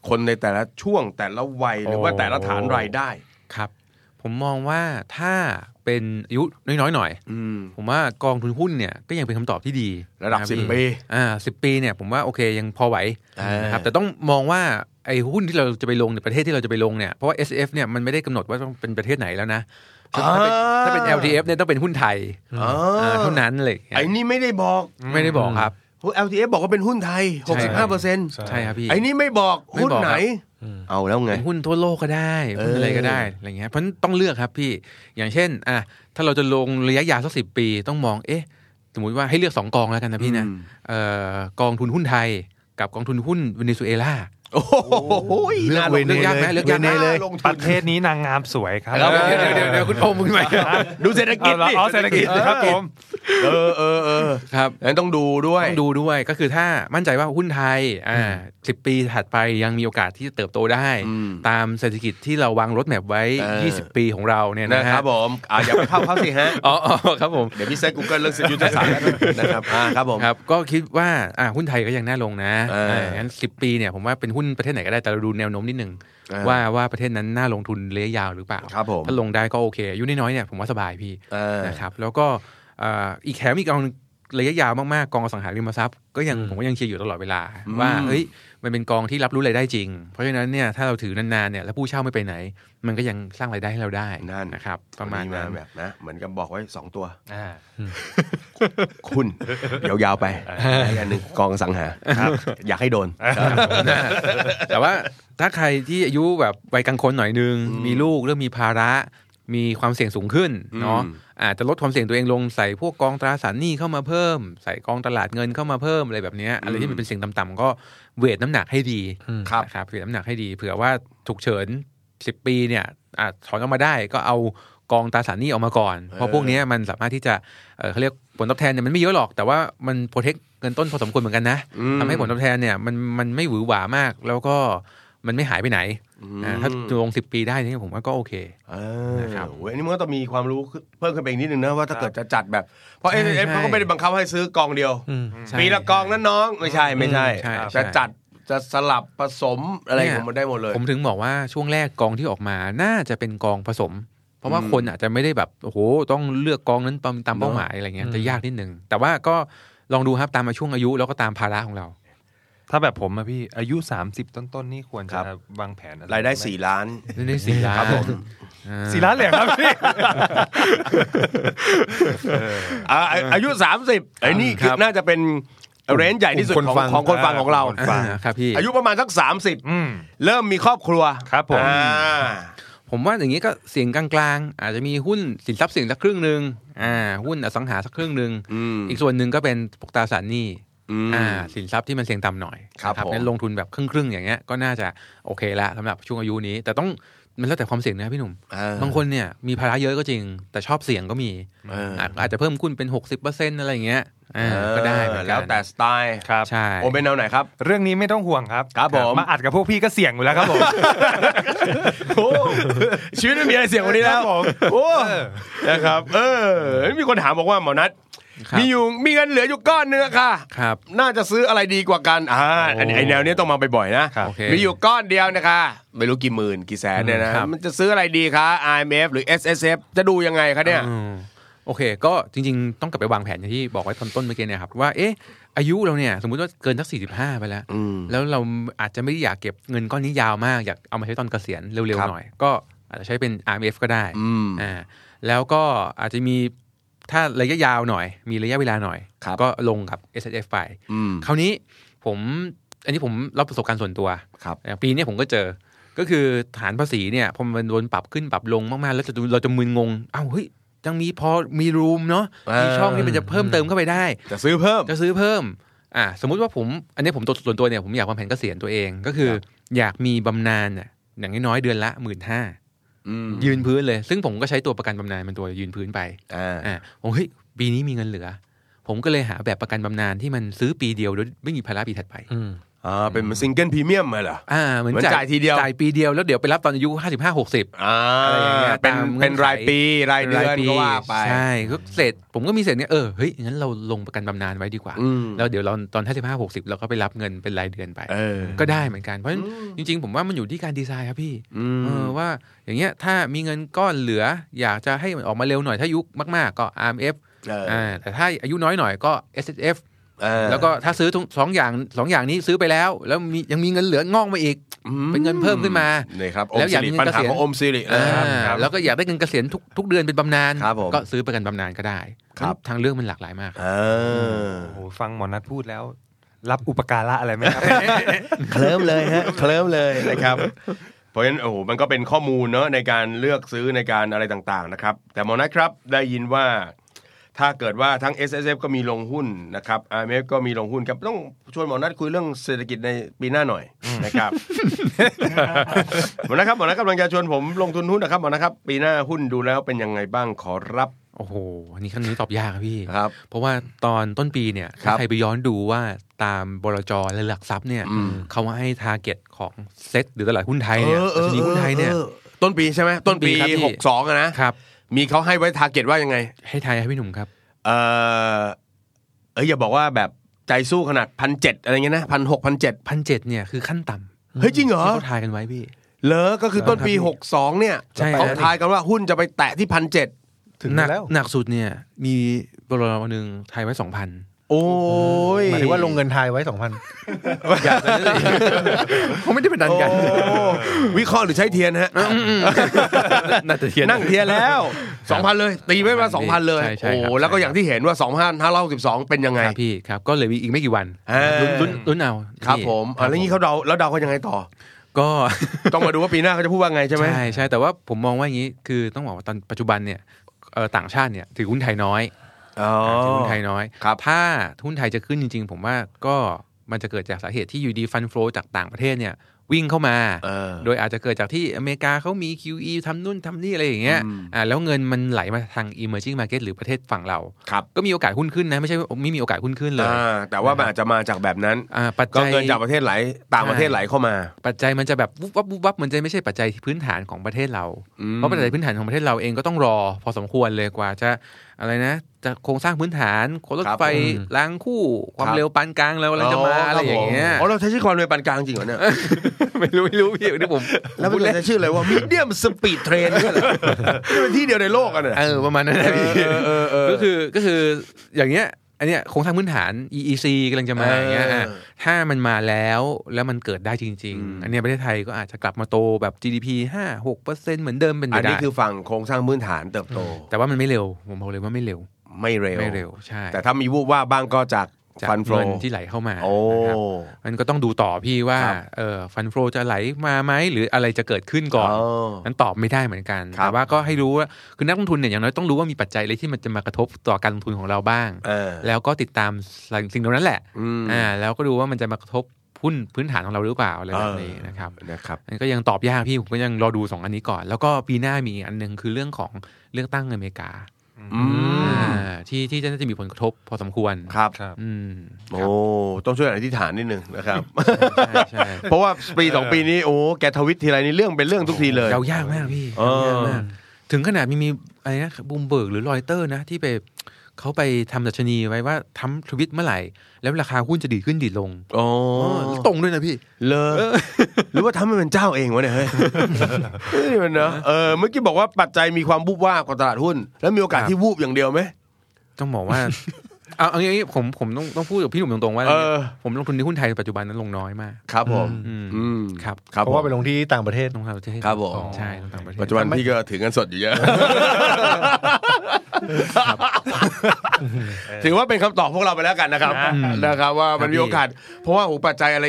[SPEAKER 3] คนในแต่ละช่วงแต่ละวัยหรือว่า
[SPEAKER 2] โอ้
[SPEAKER 3] แต่ละฐานรายได้
[SPEAKER 5] ครับ ผมมองว่าถ้าเป็นอายุน้อยๆหน่อย
[SPEAKER 3] อืม
[SPEAKER 5] ผมว่ากองทุนหุ้นเนี่ยก็ยังเป็นคำตอบที่ดี
[SPEAKER 3] ระดับ
[SPEAKER 5] นค
[SPEAKER 3] สิบ
[SPEAKER 5] พี่
[SPEAKER 3] ปี
[SPEAKER 5] อ่าสิบปีเนี่ยผมว่าโอเคยังพอไหว
[SPEAKER 3] อ่าน
[SPEAKER 5] นะครับแต่ต้องมองว่าไอ้หุ้นที่เราจะไปลงในยประเทศที่เราจะไปลงเนี่ยเพราะว่า SF เนี่ยมันไม่ได้กำหนดว่าต้องเป็นประเทศไหนแล้วนะถ้าเป็นถ้าเป็น LTF เนี่ยต้องเป็นหุ้นไทย
[SPEAKER 3] อ๋อ
[SPEAKER 5] อ่า
[SPEAKER 3] อ
[SPEAKER 5] เท่านั้นเลย
[SPEAKER 3] ไอ้นี่ไม่ได้บอก
[SPEAKER 5] ไม่ได้บอกครับ
[SPEAKER 3] พวก LTF บอกว่าเป็นหุ้นไทย
[SPEAKER 5] ใช่
[SPEAKER 3] 65เปอร์เซ็นต์
[SPEAKER 5] ใช่ครับพี่
[SPEAKER 3] ไอ้นี่ไม่บอก
[SPEAKER 5] ไม่
[SPEAKER 3] หุ้น
[SPEAKER 5] บอก
[SPEAKER 3] ไหน
[SPEAKER 5] ครับ
[SPEAKER 3] เอาแล้วไง
[SPEAKER 5] เป็นหุ้นทั่วโลกก็ได้หุ้น
[SPEAKER 3] เอออ
[SPEAKER 5] อะไรก็ได้อะไรเงี้ยเพราะฉะนั้นต้องเลือกครับพี่อย่างเช่นอ่ะถ้าเราจะลงระยะยาวสักสิปีต้องมองเอ๊ะสมมติว่าให้เลือกสองกองแล้วกันนะพี่นะเอ่อกองทุนหุ้นไทย กับกองทุนหุ้นเวเนซุเอลา
[SPEAKER 3] โอ้โห
[SPEAKER 4] เลือก
[SPEAKER 3] น่า
[SPEAKER 4] เว
[SPEAKER 3] ลง
[SPEAKER 4] เน
[SPEAKER 5] ยากไหม
[SPEAKER 4] เลย
[SPEAKER 5] เลือกยากไหม
[SPEAKER 4] วเนเลย
[SPEAKER 3] น่าลง
[SPEAKER 2] ป
[SPEAKER 3] ทุน
[SPEAKER 2] ระเทศนี้นางงามสวยครับ
[SPEAKER 5] เดี๋ยวเดี๋ยวเดี๋ยวเดี๋ยวคุณโอมมึงใหม่
[SPEAKER 3] ดูเศรษฐกิจ
[SPEAKER 2] เอาละ
[SPEAKER 3] ดิ
[SPEAKER 2] อ๋อเศรษฐกิจครับผม
[SPEAKER 3] เออเออเออ
[SPEAKER 5] ครับ
[SPEAKER 3] งั้นต้องดูด้วย
[SPEAKER 5] ต้องดูด้วยก็คือถ้ามั่นใจว่าหุ้นไทยอ่าสิปีถัดไปยังมีโอกาสที่จะเติบโตได้
[SPEAKER 3] อืม
[SPEAKER 5] ตามเศรษฐกิจที่เราวางรถแมพไว้
[SPEAKER 3] เออ
[SPEAKER 5] 20 ปีของเราเนี่ย
[SPEAKER 3] นะ
[SPEAKER 5] นะฮะ
[SPEAKER 3] ครับผมอ่าอย่าไปเข้าเขาสิฮะ
[SPEAKER 5] อ๋อ อ๋อครับผม
[SPEAKER 3] เดี๋ยวพี่เซ็กูเกิลเรื่องยุทธศาสตร์นะครับอ่าครับผม
[SPEAKER 5] ครับก็คิดว่าอ่ะหุ้นไทยก็ยังน่าลงนะ
[SPEAKER 3] เอออ่
[SPEAKER 5] ะงั้นสิปีเนี่ยผมว่าเป็นหุ้นประเทศไหนก็ได้แต่เราดูแนวโน้มนิดนึง
[SPEAKER 3] เออ
[SPEAKER 5] ว่าว่าประเทศนั้นน่าลงทุนระยะยาวหรือเปล่า
[SPEAKER 3] ครับผม
[SPEAKER 5] ถ้าลงได้ก็โอเคอายุน้อยๆเนี่ยผมว่าสบายพี่
[SPEAKER 3] เออ
[SPEAKER 5] นะครับแล้วก็อ่าอีกแถมอีกกอง ระยะยาวมากๆกองอสังหาริมทรัพย์ก็ยังผมก็ยังเชียร์อยู่ตลอดเวลา
[SPEAKER 3] อืม
[SPEAKER 5] ว่าเอ้ยมันเป็นกองที่รับรู้รายได้จริง เพราะฉะนั้นเนี่ยถ้าเราถือนานๆเนี่ยแล้วผู้เช่าไม่ไปไหน มันก็ยังสร้างรายได้ให้เราได้
[SPEAKER 3] นั่น
[SPEAKER 5] นะครับ ประมาณนั้น
[SPEAKER 3] แบบนะ เหมือนกับบอกไว้สองตัว
[SPEAKER 2] อ่า
[SPEAKER 3] คุณ ยาวๆไปและอันหนึ่งกองอสังหาอยากให้โดน
[SPEAKER 5] แต่ว่าถ้าใครที่อายุแบบวัยกลางคนหน่อยนึง มีลูกเริ่มมีภาระ มีความเสี่ยงสูงขึ้นเนาะ
[SPEAKER 3] อืม
[SPEAKER 5] อาจจะลดความเสี่ยงตัวเองลงใส่พวกกองตราสารหนี้เข้ามาเพิ่ม ใส่กองตลาดเงินเข้ามาเพิ่มอะไรแบบเนี้ยอะไรที่มันเป็นเสี่ยงต่ำๆก็เวทน้ำหนักให้ดี
[SPEAKER 3] ครับ
[SPEAKER 5] นะครับเผื่อน้ำหนักให้ดีเผื่อว่าฉุกเฉิน 10 ปีเนี่ยอะถอนออกมาได้ก็เอากองตราสารหนี้ออกมาก่อน เพราะพวกเนี้ยมันสามารถที่จะเอ่อเขาเรียกผลตอบแทนเนี่ยมันไม่เยอะหรอก แต่ว่ามันโปรเทคเงินต้นพอสมควรเหมือนกันนะ
[SPEAKER 3] อืม
[SPEAKER 5] ทำให้ผลตอบแทนเนี่ยมันมันไม่หวือหวามาก แล้วก็มันไม่หายไปไหนอ่ะถ้าลง 10 ปีได้เนี่ยผมว่าก็โอเค
[SPEAKER 3] เออ
[SPEAKER 5] นะครับ
[SPEAKER 3] โอ้ยอันนี้มันก็ต้องมีความรู้ขึ้นเพิ่มขึ้นไปอีกนิดนึงนะว่าถ้าเกิดจะจัดแบบ เพราะเอ
[SPEAKER 5] ใช่
[SPEAKER 3] เอฟเขาก็ไม่ได้บังคับให้ซื้อกองเดียว
[SPEAKER 5] ใช่
[SPEAKER 3] ปีละกองนั้นน้องไม่ใช่ไม่ใช่
[SPEAKER 5] ใช่ใช่
[SPEAKER 3] จะจัดจะสลับผสมอะไรของมันได้หมดเลย
[SPEAKER 5] ผมถึงบอกว่าช่วงแรกกองที่ออกมาน่าจะเป็นกองผสม เพราะว่าคนอาจจะไม่ได้แบบโอ้โหต้องเลือกกองนั้นตามตามเป้าหมายอะไรเงี้ยจะยากนิดนึงแต่ว่าก็ลองดูครับตามมาช่วงอายุแล้วก็ตามภาระของเรา
[SPEAKER 2] ถ้าแบบผมอะพี่อายุ 30 ต้นๆ นี่ควร
[SPEAKER 3] ครั
[SPEAKER 2] จะ
[SPEAKER 3] บ
[SPEAKER 2] วางแผนอะ
[SPEAKER 3] รายได้สี่ล้าน
[SPEAKER 5] นี่ได้สี่ล้าน
[SPEAKER 3] ครับผม
[SPEAKER 5] อ่
[SPEAKER 2] สี่ล้านเลยเหรอครับพี่
[SPEAKER 3] อ่าอาอายุสามสิบไอ้นี่คือน่าจะเป็นเรนจ์ใหญ่ที่สุด
[SPEAKER 4] กลุ่ม
[SPEAKER 3] ของ
[SPEAKER 4] คนฟัง
[SPEAKER 3] ของคนฟังของเรา
[SPEAKER 2] คนฟั
[SPEAKER 5] อ่าง ครับพี่
[SPEAKER 3] อายุประมาณสักสามสิบ
[SPEAKER 2] อืม
[SPEAKER 3] เริ่มมีครอบครัว
[SPEAKER 2] ครับผม
[SPEAKER 3] อ่า
[SPEAKER 5] ผมว่าอย่างนี้ก็เสี่ยงกลางๆ อาจจะมีหุ้นสินทรัพย์เสี่ยงสักครึ่งหนึ่งอ่าหุ้นอสังหาสักครึ่งหนึ่ง
[SPEAKER 3] อืม
[SPEAKER 5] อีกส่วนหนึ่งก็เป็นปกตราสารหนี้
[SPEAKER 3] อืม
[SPEAKER 5] อ่าสินทรัพย์ที่มันเสี่ยงต่ำหน่อย
[SPEAKER 3] ครับผม
[SPEAKER 5] นั้นลงทุนแบบครึ่งๆอย่างเงี้ยก็น่าจะโอเคละสำหรับช่วงอายุนี้ แต่ต้องมันแล้วแต่ความเสี่ยงนะพี่หนุ่ม
[SPEAKER 3] อ่
[SPEAKER 5] บางคนเนี่ยมีภาระเยอะก็จริง แต่ชอบเสี่ยงก็มี
[SPEAKER 3] เออ
[SPEAKER 5] ะอาจจะเพิ่มขึ้นเป็น 60%อะไรอย่างเงี้ยอ่า
[SPEAKER 3] เออ
[SPEAKER 5] ก็ได้เหมือนกัน
[SPEAKER 3] แล้วแต่สไตล์
[SPEAKER 2] ครับ
[SPEAKER 5] ใช่
[SPEAKER 3] โอเป็นแนวไหนครับ
[SPEAKER 2] เรื่องนี้ไม่ต้องห่วงครับ
[SPEAKER 3] ครับผม
[SPEAKER 2] มาอัดกับพวกพี่ก็เสี่ยงอยู่แล้วครับผม
[SPEAKER 3] ชีวิตไม่มีอะไรเสี่ยงกว่านี้แล้
[SPEAKER 2] ครั
[SPEAKER 3] ว
[SPEAKER 2] บผม
[SPEAKER 3] โอ้นะครับ เออ มีคนถามบอกว่าหมอนัท
[SPEAKER 5] ครับ
[SPEAKER 3] มีอยู่มีเงินเหลืออยู่ก้อนนึงอะค่ะ
[SPEAKER 5] ครับ
[SPEAKER 3] น่าจะซื้ออะไรดีกว่ากันอ่าอันนี้
[SPEAKER 5] โอ้
[SPEAKER 3] ไอแนวเนี้ยต้องมาบ่อยๆนะ
[SPEAKER 5] ครับโอเค
[SPEAKER 3] มีอยู่ก้อนเดียวนะคะ ไม่รู้กี่หมื่นกี่แสนเนี่ยนะ
[SPEAKER 5] ครับ
[SPEAKER 3] มันจะซื้ออะไรดีคะ IMF หรือ SSF จะดูยังไงคะเนี่ย
[SPEAKER 5] อืมโอเค ก็จริงๆ ต้องกลับไปวางแผนอย่างที่บอกไว้ตอนต้นเมื่อกี้เนี่ยครับ ว่าเอ๊ะอายุเราเนี่ยสมมุติว่าเกินสักสี่สิบห้าไปแล้ว
[SPEAKER 3] อืม
[SPEAKER 5] แล้วเราอาจจะไม่ได้อยากเก็บเงินก้อนนี้ยาวมาก อยากเอามาใช้ตอนเกษียณเร็ว
[SPEAKER 3] ครั
[SPEAKER 5] ๆ
[SPEAKER 3] บ
[SPEAKER 5] หน่อย ก็อาจจะใช้เป็น RMF ก็ได้
[SPEAKER 3] อืม
[SPEAKER 5] อ่าแล้วก็อาจจะมีถ้าระยะยาวหน่อย มีระยะเวลาหน่อย
[SPEAKER 3] ครับ
[SPEAKER 5] ก็ลงกับ S F ไป
[SPEAKER 3] อืม
[SPEAKER 5] คราวนี้ผมอันนี้ผมรับประสบการณ์ส่วนตัว
[SPEAKER 3] ครับ
[SPEAKER 5] นะปีเนี้ยผมก็เจอ ก็คือฐานภาษีเนี่ยพอมันโดนปรับขึ้นปรับลงมากๆ แล้วจะดูเราจะมึนงงอ้าวเฮ้ยยังมีพอมีรูมเนาะ
[SPEAKER 3] เอ
[SPEAKER 5] มี
[SPEAKER 3] อ
[SPEAKER 5] ช่องที่มันจะเพิ่มเติมเข้าไปได้
[SPEAKER 3] จะซื้อเพิ่ม
[SPEAKER 5] จะซื้อเพิ่มอ่าสมมุติว่าผม อันนี้ผมตัวส่วนตัวเนี่ยผมอยากวางแผนเกษียณตัวเองก็คือ อยากมีบำนาญน่ะอย่างน้อยๆเดือนละหมื่นห้า
[SPEAKER 3] อืม
[SPEAKER 5] ยืนพื้นเลย ซึ่งผมก็ใช้ตัวประกันบำนาญเป็นตัวยืนพื้นไป
[SPEAKER 3] อ่า
[SPEAKER 5] อ่ะผมเฮ้ยปีนี้มีเงินเหลือ ผมก็เลยหาแบบประกันบำนาญที่มันซื้อปีเดียวโดยไม่มีภาระปีถัดไป
[SPEAKER 4] อืม
[SPEAKER 3] อ่า เป็นซิงเกิลพรีเมียมเหรอ
[SPEAKER 5] อ่าเหมือน
[SPEAKER 3] เหมือนจ่ายทีเดียว
[SPEAKER 5] จ่ายปีเดียวแล้วเดี๋ยวไปรับตอนอายุห้าสิบห้าหกสิบ
[SPEAKER 3] อ่า
[SPEAKER 5] อะไรอย่างเงี้ย
[SPEAKER 3] เป็น
[SPEAKER 5] ตามเงื่อนไข
[SPEAKER 3] เป็นรายปีรายเดือนก็ว่าไป
[SPEAKER 5] ใช่ก็เสร็จผมก็มีเสร็จเนี่ยเออเฮ้ยงั้นเราลงประกันบำนาญไว้ดีกว่า
[SPEAKER 3] อืม
[SPEAKER 5] แล้วเดี๋ยวเราตอนห้าสิบห้าหกสิบเราก็ไปรับเงินเป็นรายเดือนไป
[SPEAKER 3] เออ
[SPEAKER 5] ก็ได้เหมือนกันเพราะฉะนั้นจริง ๆ ผมว่ามันอยู่ที่การดีไซน์ครับพี่
[SPEAKER 3] อืม
[SPEAKER 5] เออว่าอย่างเงี้ยถ้ามีเงินก้อนเหลือ อยากจะให้มันออกมาเร็วหน่อยถ้ายุคมากๆ ก็ RMF
[SPEAKER 3] เออ
[SPEAKER 5] อ่าแต่ถ้าอายุน้อยหน่อยก็ SSF
[SPEAKER 3] เออ
[SPEAKER 5] แล้วก็ถ้าซื้อทุกสองอย่างสองอย่างนี้ซื้อไปแล้ว แล้วมียังมีเงินเหลืองอกมาอีก เป็นเงินเพิ่มขึ้นมา
[SPEAKER 3] นี่ครับ
[SPEAKER 5] แล้วอยาก
[SPEAKER 3] ม
[SPEAKER 5] มี
[SPEAKER 3] สิริ
[SPEAKER 5] เงิ
[SPEAKER 3] ปัญ
[SPEAKER 5] นเก
[SPEAKER 3] หา
[SPEAKER 5] ษียณ
[SPEAKER 3] ของอมสิริ
[SPEAKER 5] อ่า
[SPEAKER 3] นะครับ
[SPEAKER 5] แล้วก็อยากได้เงินเกษียณทุกทุกเดือนเป็นบำนาญ
[SPEAKER 3] ครับผม
[SPEAKER 5] ก็ซื้อประกันบำนาญก็ได้
[SPEAKER 3] ครับ
[SPEAKER 5] ทางเรื่องมันหลากหลายมาก
[SPEAKER 3] เออ
[SPEAKER 2] โอ้โหฟังหมอนัทพูดแล้ว รับอุปการะอะไรไหมครับ
[SPEAKER 3] เคลิ้มเลยฮะเคลิ้มเลยนะครับ เพราะฉะนั้นโอ้โหมันก็เป็นข้อมูลเนอะในการเลือกซื้อในการอะไรต่างๆนะครับ แต่หมอนัทครับได้ยินว่า ถ้าเกิดว่าทั้ง S S F ก็มีลงหุ้นนะครับ R M F ก็มีลงหุ้นครับต้องชวนหมอนัทคุยเรื่องเศรษฐกิจในปีหน้าหน่อยนะครับ หมอนัทครับหมอนัทกำลังจะชวนผมลงทุนหุ้นนะครับหมอนัทครับปีหน้าหุ้นดูแล้วเป็นยังไงบ้างขอรับ
[SPEAKER 5] โอ้โหอันนี้ครั้งนี้ตอบยากครับพี่
[SPEAKER 3] ครับ
[SPEAKER 5] เพราะว่าตอนต้นปีเนี่ย
[SPEAKER 3] ครับ
[SPEAKER 5] ใครไปย้อนดูว่าตามบลจและหลักทรัพย์เนี่ยเขาให้ทาร์เก็ตของเซ็ตหรือตลาดหุ้นไทยเนี่ย
[SPEAKER 3] เออ
[SPEAKER 5] ดัชนีหุ้นไทยเนี่ย
[SPEAKER 3] ออต้นปีใช่ไหมต้นปี
[SPEAKER 5] ต้นปีครับพี่
[SPEAKER 3] หกสองนะครับ มีเขาให้ไว้ทาร์เก็ตว่ายังไง
[SPEAKER 5] ให้ทายให้พี่หนุ่มครับ
[SPEAKER 3] เออเอยอย่าบอกว่าแบบใจสู้ขนาดพันเจ็ดอะไรเงี้ยนะพันหกพันเจ็ด
[SPEAKER 5] พันเจ็ดเนี่ยคือขั้นต่ำ
[SPEAKER 3] เฮ้ยจริงเหรอ
[SPEAKER 5] ที่เขาทายกันไว้พี่
[SPEAKER 3] เหรอก็คือต้นปีหกสองเนี่ย
[SPEAKER 5] ใช่
[SPEAKER 3] เขาทายกันว่าหุ้นจะไปแตะที่พันเจ็ด
[SPEAKER 4] ถึง
[SPEAKER 5] หนัก
[SPEAKER 4] แล้ว
[SPEAKER 5] หนักสุดเนี่ย มีบรอหนึ่งไทยไว้สองพัน
[SPEAKER 3] โอ้ย
[SPEAKER 4] หมายถึงว่าลงเงินไทยไว้สองพัน
[SPEAKER 5] ผมไม่ได้เป็นดันกัน
[SPEAKER 3] โอ้วิเคราะห์หรือใช้เทียนฮะ
[SPEAKER 5] น่าจะเทียน
[SPEAKER 3] นั่งเทียนแล้วสองพันเลย ตีไม่มาสองพันเลย
[SPEAKER 5] ใช่ใช่
[SPEAKER 3] โอ้
[SPEAKER 5] ครับ
[SPEAKER 3] โหแล้วก็อย่างที่เห็นว่าสองพันห้าร้อยสิบสองเป็นยังไง
[SPEAKER 5] ครับพี่ครับ ก็เหลยมีอีกไม่กี่วัน
[SPEAKER 3] เออ
[SPEAKER 5] ลุ้นลุ้นลุ้นเอา
[SPEAKER 3] ครับ
[SPEAKER 5] พี่
[SPEAKER 3] ผมอ่ะแล้วนี้เขาเดาแล้วเดาเขายังไง ต่อ
[SPEAKER 5] ก็
[SPEAKER 3] ต้องมาดูว่าปีหน้าเขาจะพูดว่าไงใช่ไหม
[SPEAKER 5] ใช่ใช่แต่ว่าผมมองว่าอย่างนี้คือต้องบอกว่าตอนปัจจุบันเนี่ยเอ่อต่างชาติเนี่ยถือหุ้นไทยน้อย
[SPEAKER 3] อ๋อ
[SPEAKER 5] ถือหุ้นไทยน้อย
[SPEAKER 3] ครับ
[SPEAKER 5] ถ้าหุ้นไทยจะขึ้นจริง ๆ ผมว่าก็มันจะเกิดจากสาเหตุที่อยู่ดีฟันฟลูจากต่างประเทศเนี่ยวิ่งเข้ามา
[SPEAKER 3] เออ
[SPEAKER 5] โดยอาจจะเกิดจากที่อเมริกาเขามี QE ทำนู่นทำนี่อะไรอย่างเงี้ย
[SPEAKER 3] อืม
[SPEAKER 5] อ่าแล้วเงินมันไหลมาทาง emerging market หรือประเทศฝั่งเรา
[SPEAKER 3] ครับ
[SPEAKER 5] ก็มีโอกาสหุ้นขึ้นนะ ไม่ใช่ว่าไม่มีโอกาสหุ้นขึ้นเลย
[SPEAKER 3] อ่าแต่ว่ามันอาจจะมาจากแบบนั้น
[SPEAKER 5] อ่าปัจ
[SPEAKER 3] ก็
[SPEAKER 5] จัย
[SPEAKER 3] เงินจากประเทศไหลต่างประเทศไหลเข้ามา
[SPEAKER 5] ปัจจัยมันจะแบบวุบวับวุบวับมันจะไม่ใช่ปัจจัยที่พื้นฐานของประเทศเรา
[SPEAKER 3] อืม
[SPEAKER 5] เพราะปัจจัยพื้นฐานของประเทศเราเองก็ต้องรอพอสมควรเลยกว่าจะอะไรนะจะโครงสร้างพื้นฐานโครถไฟ
[SPEAKER 3] ครับ
[SPEAKER 5] อืมล้างคู่ ความ
[SPEAKER 3] ครับ
[SPEAKER 5] เร็วปานกลางแล้วอะไรจะมาอะไรอย่างเงี้ย
[SPEAKER 3] อ๋อเราใช้ชื่อความเร็วปานกลางจริงเหรอเนี่ย
[SPEAKER 5] ไม่รู้ไม่รู้พี่นี่ผม
[SPEAKER 3] แล้วมันจะชื่ออะไรว่ามีเดียมสปีดเทรนเนี่ยเหรอนี่เป็นที่เดียวในโลกอ่ะเนี่ย
[SPEAKER 5] เออประมาณนั้นนะพี่
[SPEAKER 3] เออเออเออ
[SPEAKER 5] ก็คือก็คืออย่างเงี้ยอันเนี้ยโครงสร้างพื้นฐาน EEC กำลังจะมาอย่างเงี้ยอ่ะ
[SPEAKER 3] เออ
[SPEAKER 5] ถ้ามันมาแล้วแล้วมันเกิดได้จริง
[SPEAKER 3] อืม
[SPEAKER 5] ๆ อันเนี้ยประเทศไทยก็อาจจะกลับมาโตแบบ GDP 5 6%เหมือนเดิมเป็นไป
[SPEAKER 3] อัน
[SPEAKER 5] ได้
[SPEAKER 3] นี้คือฝั่งโครงสร้างพื้นฐานเติบโต
[SPEAKER 5] แต่ว่ามันไม่เร็ว ผมบอกเลยว่าไม่เร็ว
[SPEAKER 3] ไม่เร็ว
[SPEAKER 5] ไม่เร็ว ใช่
[SPEAKER 3] แต่ถ้ามีวูบว่าบบ้างก็จาก
[SPEAKER 5] จาก
[SPEAKER 3] ฟันโฟล
[SPEAKER 5] เงินที่ไหลเข้ามา
[SPEAKER 3] โอ้
[SPEAKER 5] นะครับมันก็ต้องดูต่อพี่ว่า
[SPEAKER 3] ครับ
[SPEAKER 5] เออฟันโฟลจะไหลมาไหมหรืออะไรจะเกิดขึ้นก่อน
[SPEAKER 3] อ๋อ
[SPEAKER 5] นั้นตอบไม่ได้เหมือนกัน
[SPEAKER 3] ครับ
[SPEAKER 5] แต่ว่าก็ให้รู้ว่าคือนักลงทุนเนี่ยอย่างน้อยต้องรู้ว่ามีปัจจัยอะไรที่มันจะมากระทบต่อการลงทุนของเราบ้าง
[SPEAKER 3] เออ
[SPEAKER 5] แล้วก็ติดตามสิ่งเหล่านั้นแหละ
[SPEAKER 3] อืม
[SPEAKER 5] อ่าแล้วก็ดูว่ามันจะมากระทบหุ้นพื้นฐานของเราหรือเปล่าอะไรแบบนี้นะครับ
[SPEAKER 3] นะครับ
[SPEAKER 5] อันนก็ยังตอบยากพี่ผมก็ยังรอดูสองอันนี้ก่อน แล้วก็ปีหน้ามีอีกอันหนึ่งคือเรื่องของเลือกตั้งอเมริกา
[SPEAKER 3] อืม
[SPEAKER 5] อ่าที่ที่น่าจะมีผลกระทบพอสมควร
[SPEAKER 3] ครับ
[SPEAKER 5] อืม
[SPEAKER 3] โอ้ ต้องช่วยอธิษฐานนิดนึงนะครับ
[SPEAKER 5] ใช่ใช่
[SPEAKER 3] เพราะว่าปีสองปีนี้โอ้แกทวิตทีไรนี่เรื่องเป็นเรื่องทุกทีเลย
[SPEAKER 5] เรายากมากพี่
[SPEAKER 3] เออ
[SPEAKER 5] เดายากมากถึงขนาดมีมีอะไรนะบูมเบิร์กหรือรอยเตอร์นะ ที่ไปเขาไปทำดัชนีไว้ว่าทำทวิตเมื่อไหร่ แล้วราคาหุ้นจะดีดขึ้นดีดลง
[SPEAKER 3] โอ้
[SPEAKER 5] ตรงด้วยนะพี่
[SPEAKER 3] เลอหรือว่าทำให้มันเจ้าเองวะเนี่ยเฮ้ยเฮ้ยมันเนอะเออเมื่อกี้บอกว่าปัจจัยมีความวูบว่าบของตลาดหุ้น แล้วมีโอกาส
[SPEAKER 5] ครับ
[SPEAKER 3] ที่วูบอย่างเดียวไหม
[SPEAKER 5] ต้องบอกว่า เอาเอาอย่างนี้ผมผมต้องต้องพูดกับพี่หนุ่มตรงๆว่า
[SPEAKER 3] เออ
[SPEAKER 5] ผมลงทุนในหุ้นไทยปัจจุบันนั้นลงน้อยมาก
[SPEAKER 3] ครับผม
[SPEAKER 5] อืม
[SPEAKER 3] อืม
[SPEAKER 5] ครับ
[SPEAKER 3] ครับ
[SPEAKER 4] เพราะว่าไปลงที่ต่างประเทศ
[SPEAKER 5] ต้องต่างประเทศ
[SPEAKER 3] ครับผม
[SPEAKER 5] ใช่ต้องต่างประเทศ
[SPEAKER 3] ปัจจุบันพี่ก็ถือเงินสดอยู่เยอะ ถือว่าเป็นคำตอบพวกเราไปแล้วกันนะครับนะครับว่ามันมีโอกาส เพราะว่าโอ้โหปัจจัยอะไร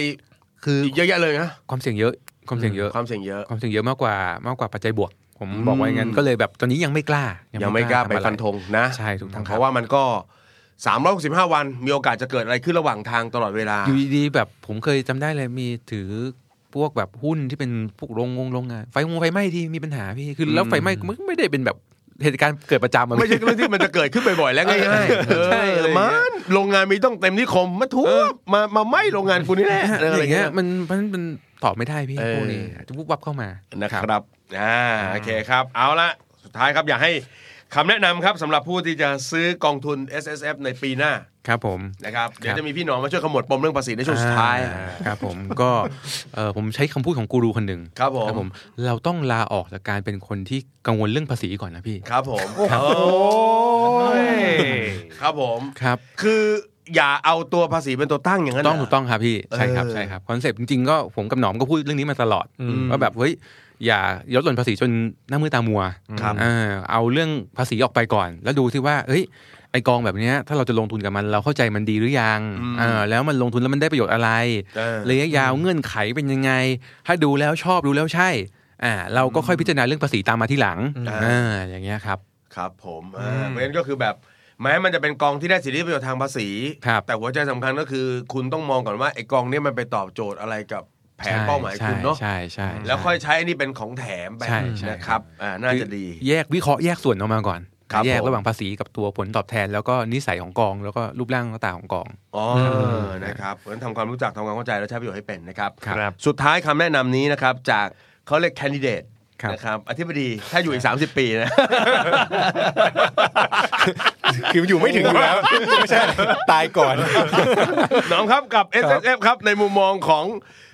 [SPEAKER 5] คือ
[SPEAKER 3] อีกเยอะแยะเลยนะ
[SPEAKER 5] ความเสี่ยงเยอะ ความเสี่ยงเยอะ
[SPEAKER 3] ความเสี่ยงเยอะ
[SPEAKER 5] ความเสี่ยงเยอะมากกว่ามากกว่าปัจจัยบวก ผม
[SPEAKER 3] อืม
[SPEAKER 5] บอกไว้งั้นก็เลยแบบตอนนี้ยังไม่กล้า ยั
[SPEAKER 3] ยังไม่กล้าไป
[SPEAKER 5] ทำอะร
[SPEAKER 3] ฟันธงนะ
[SPEAKER 5] ใช่ถูกต้องครับ
[SPEAKER 3] เพราะว่ามันก็ 365 วันมีโอกาสจะเกิดอะไรขึ้นระหว่างทางตลอดเวลา
[SPEAKER 5] อยู่ดีๆแบบผมเคยจำได้เลยมีถือพวกแบบหุ้นที่เป็นพวกโรงงงโรงงานไฟงงไฟไหม้ที่มีปัญหาพี่คือแล้วไฟไหม้มันไม่ได้เป็นแบบเหตุการณ์เกิดประจำอะ
[SPEAKER 3] ไม่ใช่เรื่องที่มันจะเกิดขึ้นบ่อยๆและง่ายๆเออ
[SPEAKER 5] ใช่อะไรอย่าง
[SPEAKER 3] มั
[SPEAKER 5] เงี้ย
[SPEAKER 3] นโรงงานมีต้องเต็มนิคมมาทุบมามาไหม้โรงงานกูนี่แหละ
[SPEAKER 5] อะไร
[SPEAKER 3] อะไร
[SPEAKER 5] อย่าง
[SPEAKER 3] เงี้
[SPEAKER 5] เงี้
[SPEAKER 3] ย
[SPEAKER 5] ยมันมันมันตอบไม่ได้พี่
[SPEAKER 3] เออ
[SPEAKER 5] พวกนี้อาจจะวุบวับเข้ามา
[SPEAKER 3] นะค
[SPEAKER 5] ครับ
[SPEAKER 3] รับ อ่า โอเคครับ เอาละสุดท้ายครับ อยากให้คำแนะนำครับสำหรับผู้ที่จะซื้อกองทุน S S F ในปีหน้า
[SPEAKER 5] ครับผม
[SPEAKER 3] นะครับ เดี๋ยวจะมีพี่หนอมมาช่วยขมวดปมเรื่องภาษีในช่วงสุด
[SPEAKER 5] อ่
[SPEAKER 3] ท้าย
[SPEAKER 5] ครับผม ก็เอ่อผมใช้คำพูดของกูรูคนหนึ่ง
[SPEAKER 3] ครับผม
[SPEAKER 5] เราต้องลาออกจากการเป็นคนที่กังวลเรื่องภาษีก่อนนะพี่
[SPEAKER 3] ครับผมโอ้ครับผม
[SPEAKER 5] ครับ
[SPEAKER 3] คืออย่าเอาตัวภาษีเป็นตัวตั้งอย่างนั้น
[SPEAKER 5] ต้อง
[SPEAKER 3] เหร
[SPEAKER 5] ถูกต้องครับพี่ ใช่ครับ
[SPEAKER 3] เออ
[SPEAKER 5] ใช่ครับคอนเซปต์จริงๆก็ผมกับหนอมก็พูดเรื่องนี้มาตลอด
[SPEAKER 4] อืม
[SPEAKER 5] ว่าแบบเฮ้ยอย่าลดหล่นภาษีจนหน้ามือตามัว
[SPEAKER 3] ครับ
[SPEAKER 5] เออเอาเรื่องภาษีออกไปก่อน แล้วดูที่ว่าเฮ้ยไอกองแบบเนี้ยถ้าเราจะลงทุนกับมันเราเข้าใจมันดีหรือยัง
[SPEAKER 3] อืม
[SPEAKER 5] เออแล้วมันลงทุนแล้วมันได้ประโยชน์อะไร
[SPEAKER 3] เออ
[SPEAKER 5] ระยะยาวเงื่อนไขเป็นยังไง ถ้าดูแล้วชอบดูแล้วใช่อ่าเราก็ค่อยพิจารณาเรื่องภาษีตามมาที่หลังเอ่าอย่างเงี้ยครับ
[SPEAKER 3] ครับผมอ่าเพราะฉะนั้นก็คือแบบแม้มันจะเป็นกองที่ได้สิทธิประโยชน์ทางภาษี
[SPEAKER 5] ครับ
[SPEAKER 3] แต่หัวใจสำคัญก็คือคุณต้องมองก่อนว่าไอ้กองเนี้มันไปตอบโจทย์อะไรกับแผน
[SPEAKER 5] ใช่
[SPEAKER 3] เป้าหมายคุณเนาะ
[SPEAKER 5] ใช่ใช่ใช่
[SPEAKER 3] แล้วค่อยใช้อันนี่เป็นของแถมไป
[SPEAKER 5] ใช่ใช่
[SPEAKER 3] นะครับอ่าน่าจะดี
[SPEAKER 5] แยกวิเคราะห์แยกส่วนออกมาก่อน
[SPEAKER 3] ครับ
[SPEAKER 5] แยก
[SPEAKER 3] ผม
[SPEAKER 5] ระหว่างภาษีกับตัวผลตอบแทน แล้วก็นิสัยของกอง แล้วก็รูปร่างหน้าตาของกอง
[SPEAKER 3] อ๋อนะครับเพราะฉะนั้นทำความรู้จักทำความเข้าใจแล้วใช้ประโยชน์ให้เป็นนะครับ
[SPEAKER 5] ครับ
[SPEAKER 2] ครับ
[SPEAKER 3] สุดท้ายคำแนะนำนี้นะครับ จากเขาเรียกแคนดิเดต
[SPEAKER 5] ครับ
[SPEAKER 3] นะครับอธิบดีถ้าอยู่อีก 30 ปีนะ
[SPEAKER 4] คืออยู่ไม่ถึงอยู่แล้ว ไม่ใช่ ตายก่อน
[SPEAKER 3] ห น้องครับกับ S S F ครับในมุมมองของ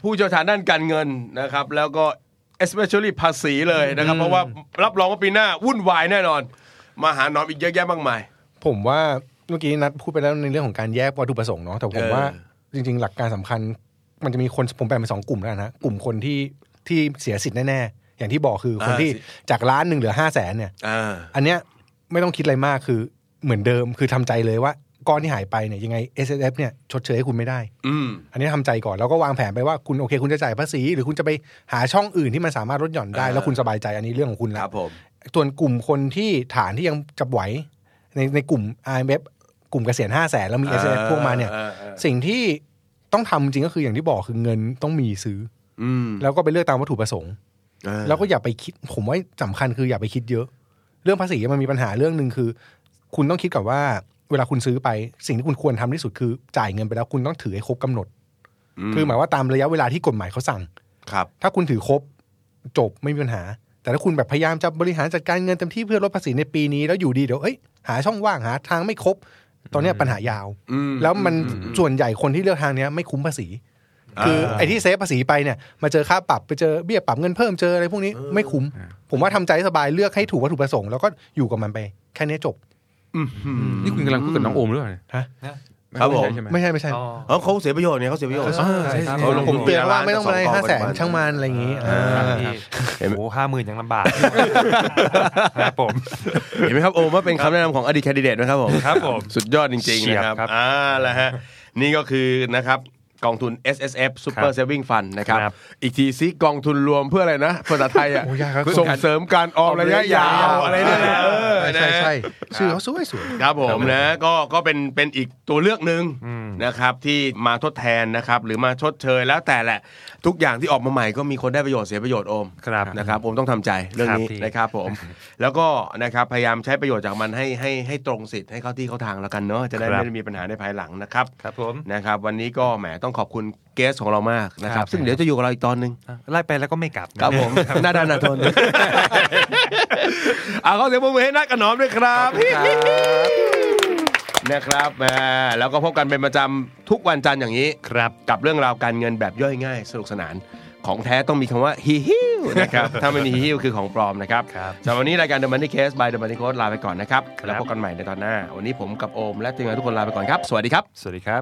[SPEAKER 3] ผู้เชี่ยวชาญด้านการเงินนะครับ แล้วก็ especially ภาษีเลยนะครับ เพราะว่ารับรองว่าปีหน้าวุ่นวายแน่นอน มาหาหนอมอีกเยอะแยะมากมาย
[SPEAKER 4] ผมว่าเมื่อกี้นัดพูดไปแล้วในเรื่องของการแยกวัตถุประสงค์เนาะแต่ผม
[SPEAKER 3] เออ
[SPEAKER 4] ว่าจริง ๆ หลักการสำคัญ มันจะมีคนผมแบ่งเป็นสองกลุ่มแล้วกันนะกลุ่มคนที่ที่เสียสิทธิ์แน่ๆอย่างที่บอกคือคนที่จากล้านหนึ่งเหลือห้าแสนเนี่ย
[SPEAKER 3] อ่า
[SPEAKER 4] อันเนี้ยไม่ต้องคิดอะไรมากคือเหมือนเดิมคือทำใจเลยว่าก้อนที่หายไปเนี่ยยังไง S S F เนี่ยชดเชยให้คุณไม่ได้
[SPEAKER 3] อืม
[SPEAKER 4] อันนี้ทำใจก่อนแล้วก็วางแผนไปว่าคุณโอเค คุณจะจ่ายภาษี หรือคุณจะไปหาช่องอื่นที่มันสามารถลดหย่อนได้
[SPEAKER 3] อ่า
[SPEAKER 4] แล้วคุณสบายใจอันนี้เรื่องของคุณ
[SPEAKER 3] ค
[SPEAKER 4] ละ
[SPEAKER 3] รับผม
[SPEAKER 4] ส่วนกลุ่มคนที่ฐานที่ยังจะไหวในในกลุ่ม r m f กลุ่มเกษียณ5 0 0แสนแล้วมี S F พวกมาเนี่ย
[SPEAKER 3] เออเออเออ
[SPEAKER 4] สิ่งที่ต้องทำจริงก็คืออย่างที่บอกคือเงินต้องมีซื้อ
[SPEAKER 3] อืม
[SPEAKER 4] แล้วก็ไปเลือกตามวัตถุประสงค์
[SPEAKER 3] เออ
[SPEAKER 4] แล้วก็อย่าไปคิดผมว่าสำคัญคืออย่าไปคิดเยอะ เรื่องภาษีมันมีปัญหาเรื่องหนึ่งคือ คุณต้องคิดกับว่าเวลาคุณซื้อไปสิ่งที่คุณควรทำที่สุดคือ จ่ายเงินไปแล้วคุณต้องถือให้ครบกำหนด คือหมายว่าตามระยะเวลาที่กฎหมายเขาสั่ง
[SPEAKER 3] ครับ
[SPEAKER 4] ถ้าคุณถือครบจบไม่มีปัญหา แต่ถ้าคุณแบบพยายามจะบริหารจัดการเงินเต็มที่เพื่อลดภาษีในปีนี้แล้วอยู่ดีเดี๋ยวเอ้ยหาช่องว่างหาทางไม่ครบ ตอนเนี้ยปัญหายาว
[SPEAKER 3] อืม
[SPEAKER 4] แล้วมันส่วนใหญ่คนที่เลือกทางเนี้ยไม่คุ้มภาษี คือ
[SPEAKER 3] อ่า
[SPEAKER 4] ไอ้ที่เซฟภาษีไปเนี่ยมาเจอค่าปรับไปเจอเบี้ยปรับเงินเพิ่มเจออะไรพวกนี้ไม่คุ้ม ผมว่าทำใจสบายเลือกให้ถูกวัตถุประสงค์แล้วก็อยู่กับมันไป แค่นี้จบ
[SPEAKER 5] นี่คุณกำลังพูดกับน้องโอมหรือเปล่าเนี่ย
[SPEAKER 4] ฮะ
[SPEAKER 3] ครับผม
[SPEAKER 5] ใช่ไหม
[SPEAKER 4] ไม่ใช่ไม่ใช่
[SPEAKER 2] อ๋อ
[SPEAKER 3] เออเขาเสียประโยชน์เนี่ยเขาเสียประโยชน์
[SPEAKER 5] เออใช่ใช่
[SPEAKER 3] เขาลงทุ
[SPEAKER 4] ผมเตือนว่าไม่ต้อง
[SPEAKER 3] ปี
[SPEAKER 4] อะไร
[SPEAKER 3] ละล้น
[SPEAKER 4] ห้าแสน
[SPEAKER 3] ต่อสองกอง
[SPEAKER 4] ช่างมันอะไรอย่างนี้อ่า
[SPEAKER 2] ครับพี่โอ้ห้าหมื่นยังลำบากครับผม
[SPEAKER 3] เห็นไหมครับโอมว่าเป็นคำแนะนำของอดีตแคนดิเดตนะครับผม
[SPEAKER 2] ครับผม
[SPEAKER 3] สุดยอดจริง
[SPEAKER 2] เฉี
[SPEAKER 3] ๆ
[SPEAKER 2] ยบ
[SPEAKER 3] นะครับ
[SPEAKER 2] ครับ
[SPEAKER 3] อ่าแล้วฮะนี่ก็คือนะครับกองทุน S S F Super
[SPEAKER 2] ครับ
[SPEAKER 3] Saving Fund นะครับ
[SPEAKER 2] ครับ
[SPEAKER 3] อีกทีซิกองทุนรวมเพื่ออะไรนะภาษาไทยอ่ะ
[SPEAKER 4] โอ้ยากครับ
[SPEAKER 3] ส่งเสริมการออมระยะยาวอะไรเนี่ยนะเออนะ
[SPEAKER 4] ใช่ใช่ชื่อเขาสวยสวยๆ
[SPEAKER 3] ครับผมนะก็ก็เป็นเป็นอีกตัวเลือกหนึ่งนะครับที่มาทดแทนนะครับหรือมาชดเชยแล้วแต่แหละ ทุกอย่างที่ออกมาใหม่ก็มีคนได้ประโยชน์เสียประโยชน์โอม
[SPEAKER 2] ครับ
[SPEAKER 3] นะครับโอมต้องทำใจเรื่องนี้
[SPEAKER 2] ครับพี่
[SPEAKER 3] นะครับ ผมแล้วก็นะครับพยายามใช้ประโยชน์จากมันให้ให้ให้ตรงสิทธิ์ให้เข้าที่เข้าทางแล้วกันเนาะจะได้ไม่ได้มีปัญหาในภายหลังนะครับ
[SPEAKER 2] ครับผม
[SPEAKER 3] นะครับวันนี้ก็แหมต้องขอบคุณเกสของเรามากนะค
[SPEAKER 2] ครั
[SPEAKER 3] รับ
[SPEAKER 2] บ
[SPEAKER 3] ซึ่งเดี๋ยวจะอยู่กับเราอีกตอนหนึ่ง
[SPEAKER 2] ไล่ไปแล้วก็ไม่กลับ
[SPEAKER 3] ครับผม หน้าด้านหน้าทน เอาเขาเสียงปรบมือให้นักกระหนอมด้วยครับ นะครับแหมแล้วก็พบกันเป็นประจำทุกวันจันทร์อย่างนี้
[SPEAKER 2] ครับ
[SPEAKER 3] กับเรื่องราวการเงินแบบย่อยง่าย สนุกสนาน ของแท้ต้องมีคำว่าฮิฮิวนะครับ ถ้าไม่มีฮิฮิวคือของปลอมนะครับ
[SPEAKER 2] ครับ
[SPEAKER 3] สำหรับวันนี้รายการ The Money Case by The Money Coach ลาไปก่อนนะครับ
[SPEAKER 2] ครับ
[SPEAKER 3] แล้วพบกันใหม่ในตอนหน้า วันนี้ผมกับโอมและทีมงานทุกคนลาไปก่อนครับ สวัสดีครับ
[SPEAKER 2] สวัสดีครับ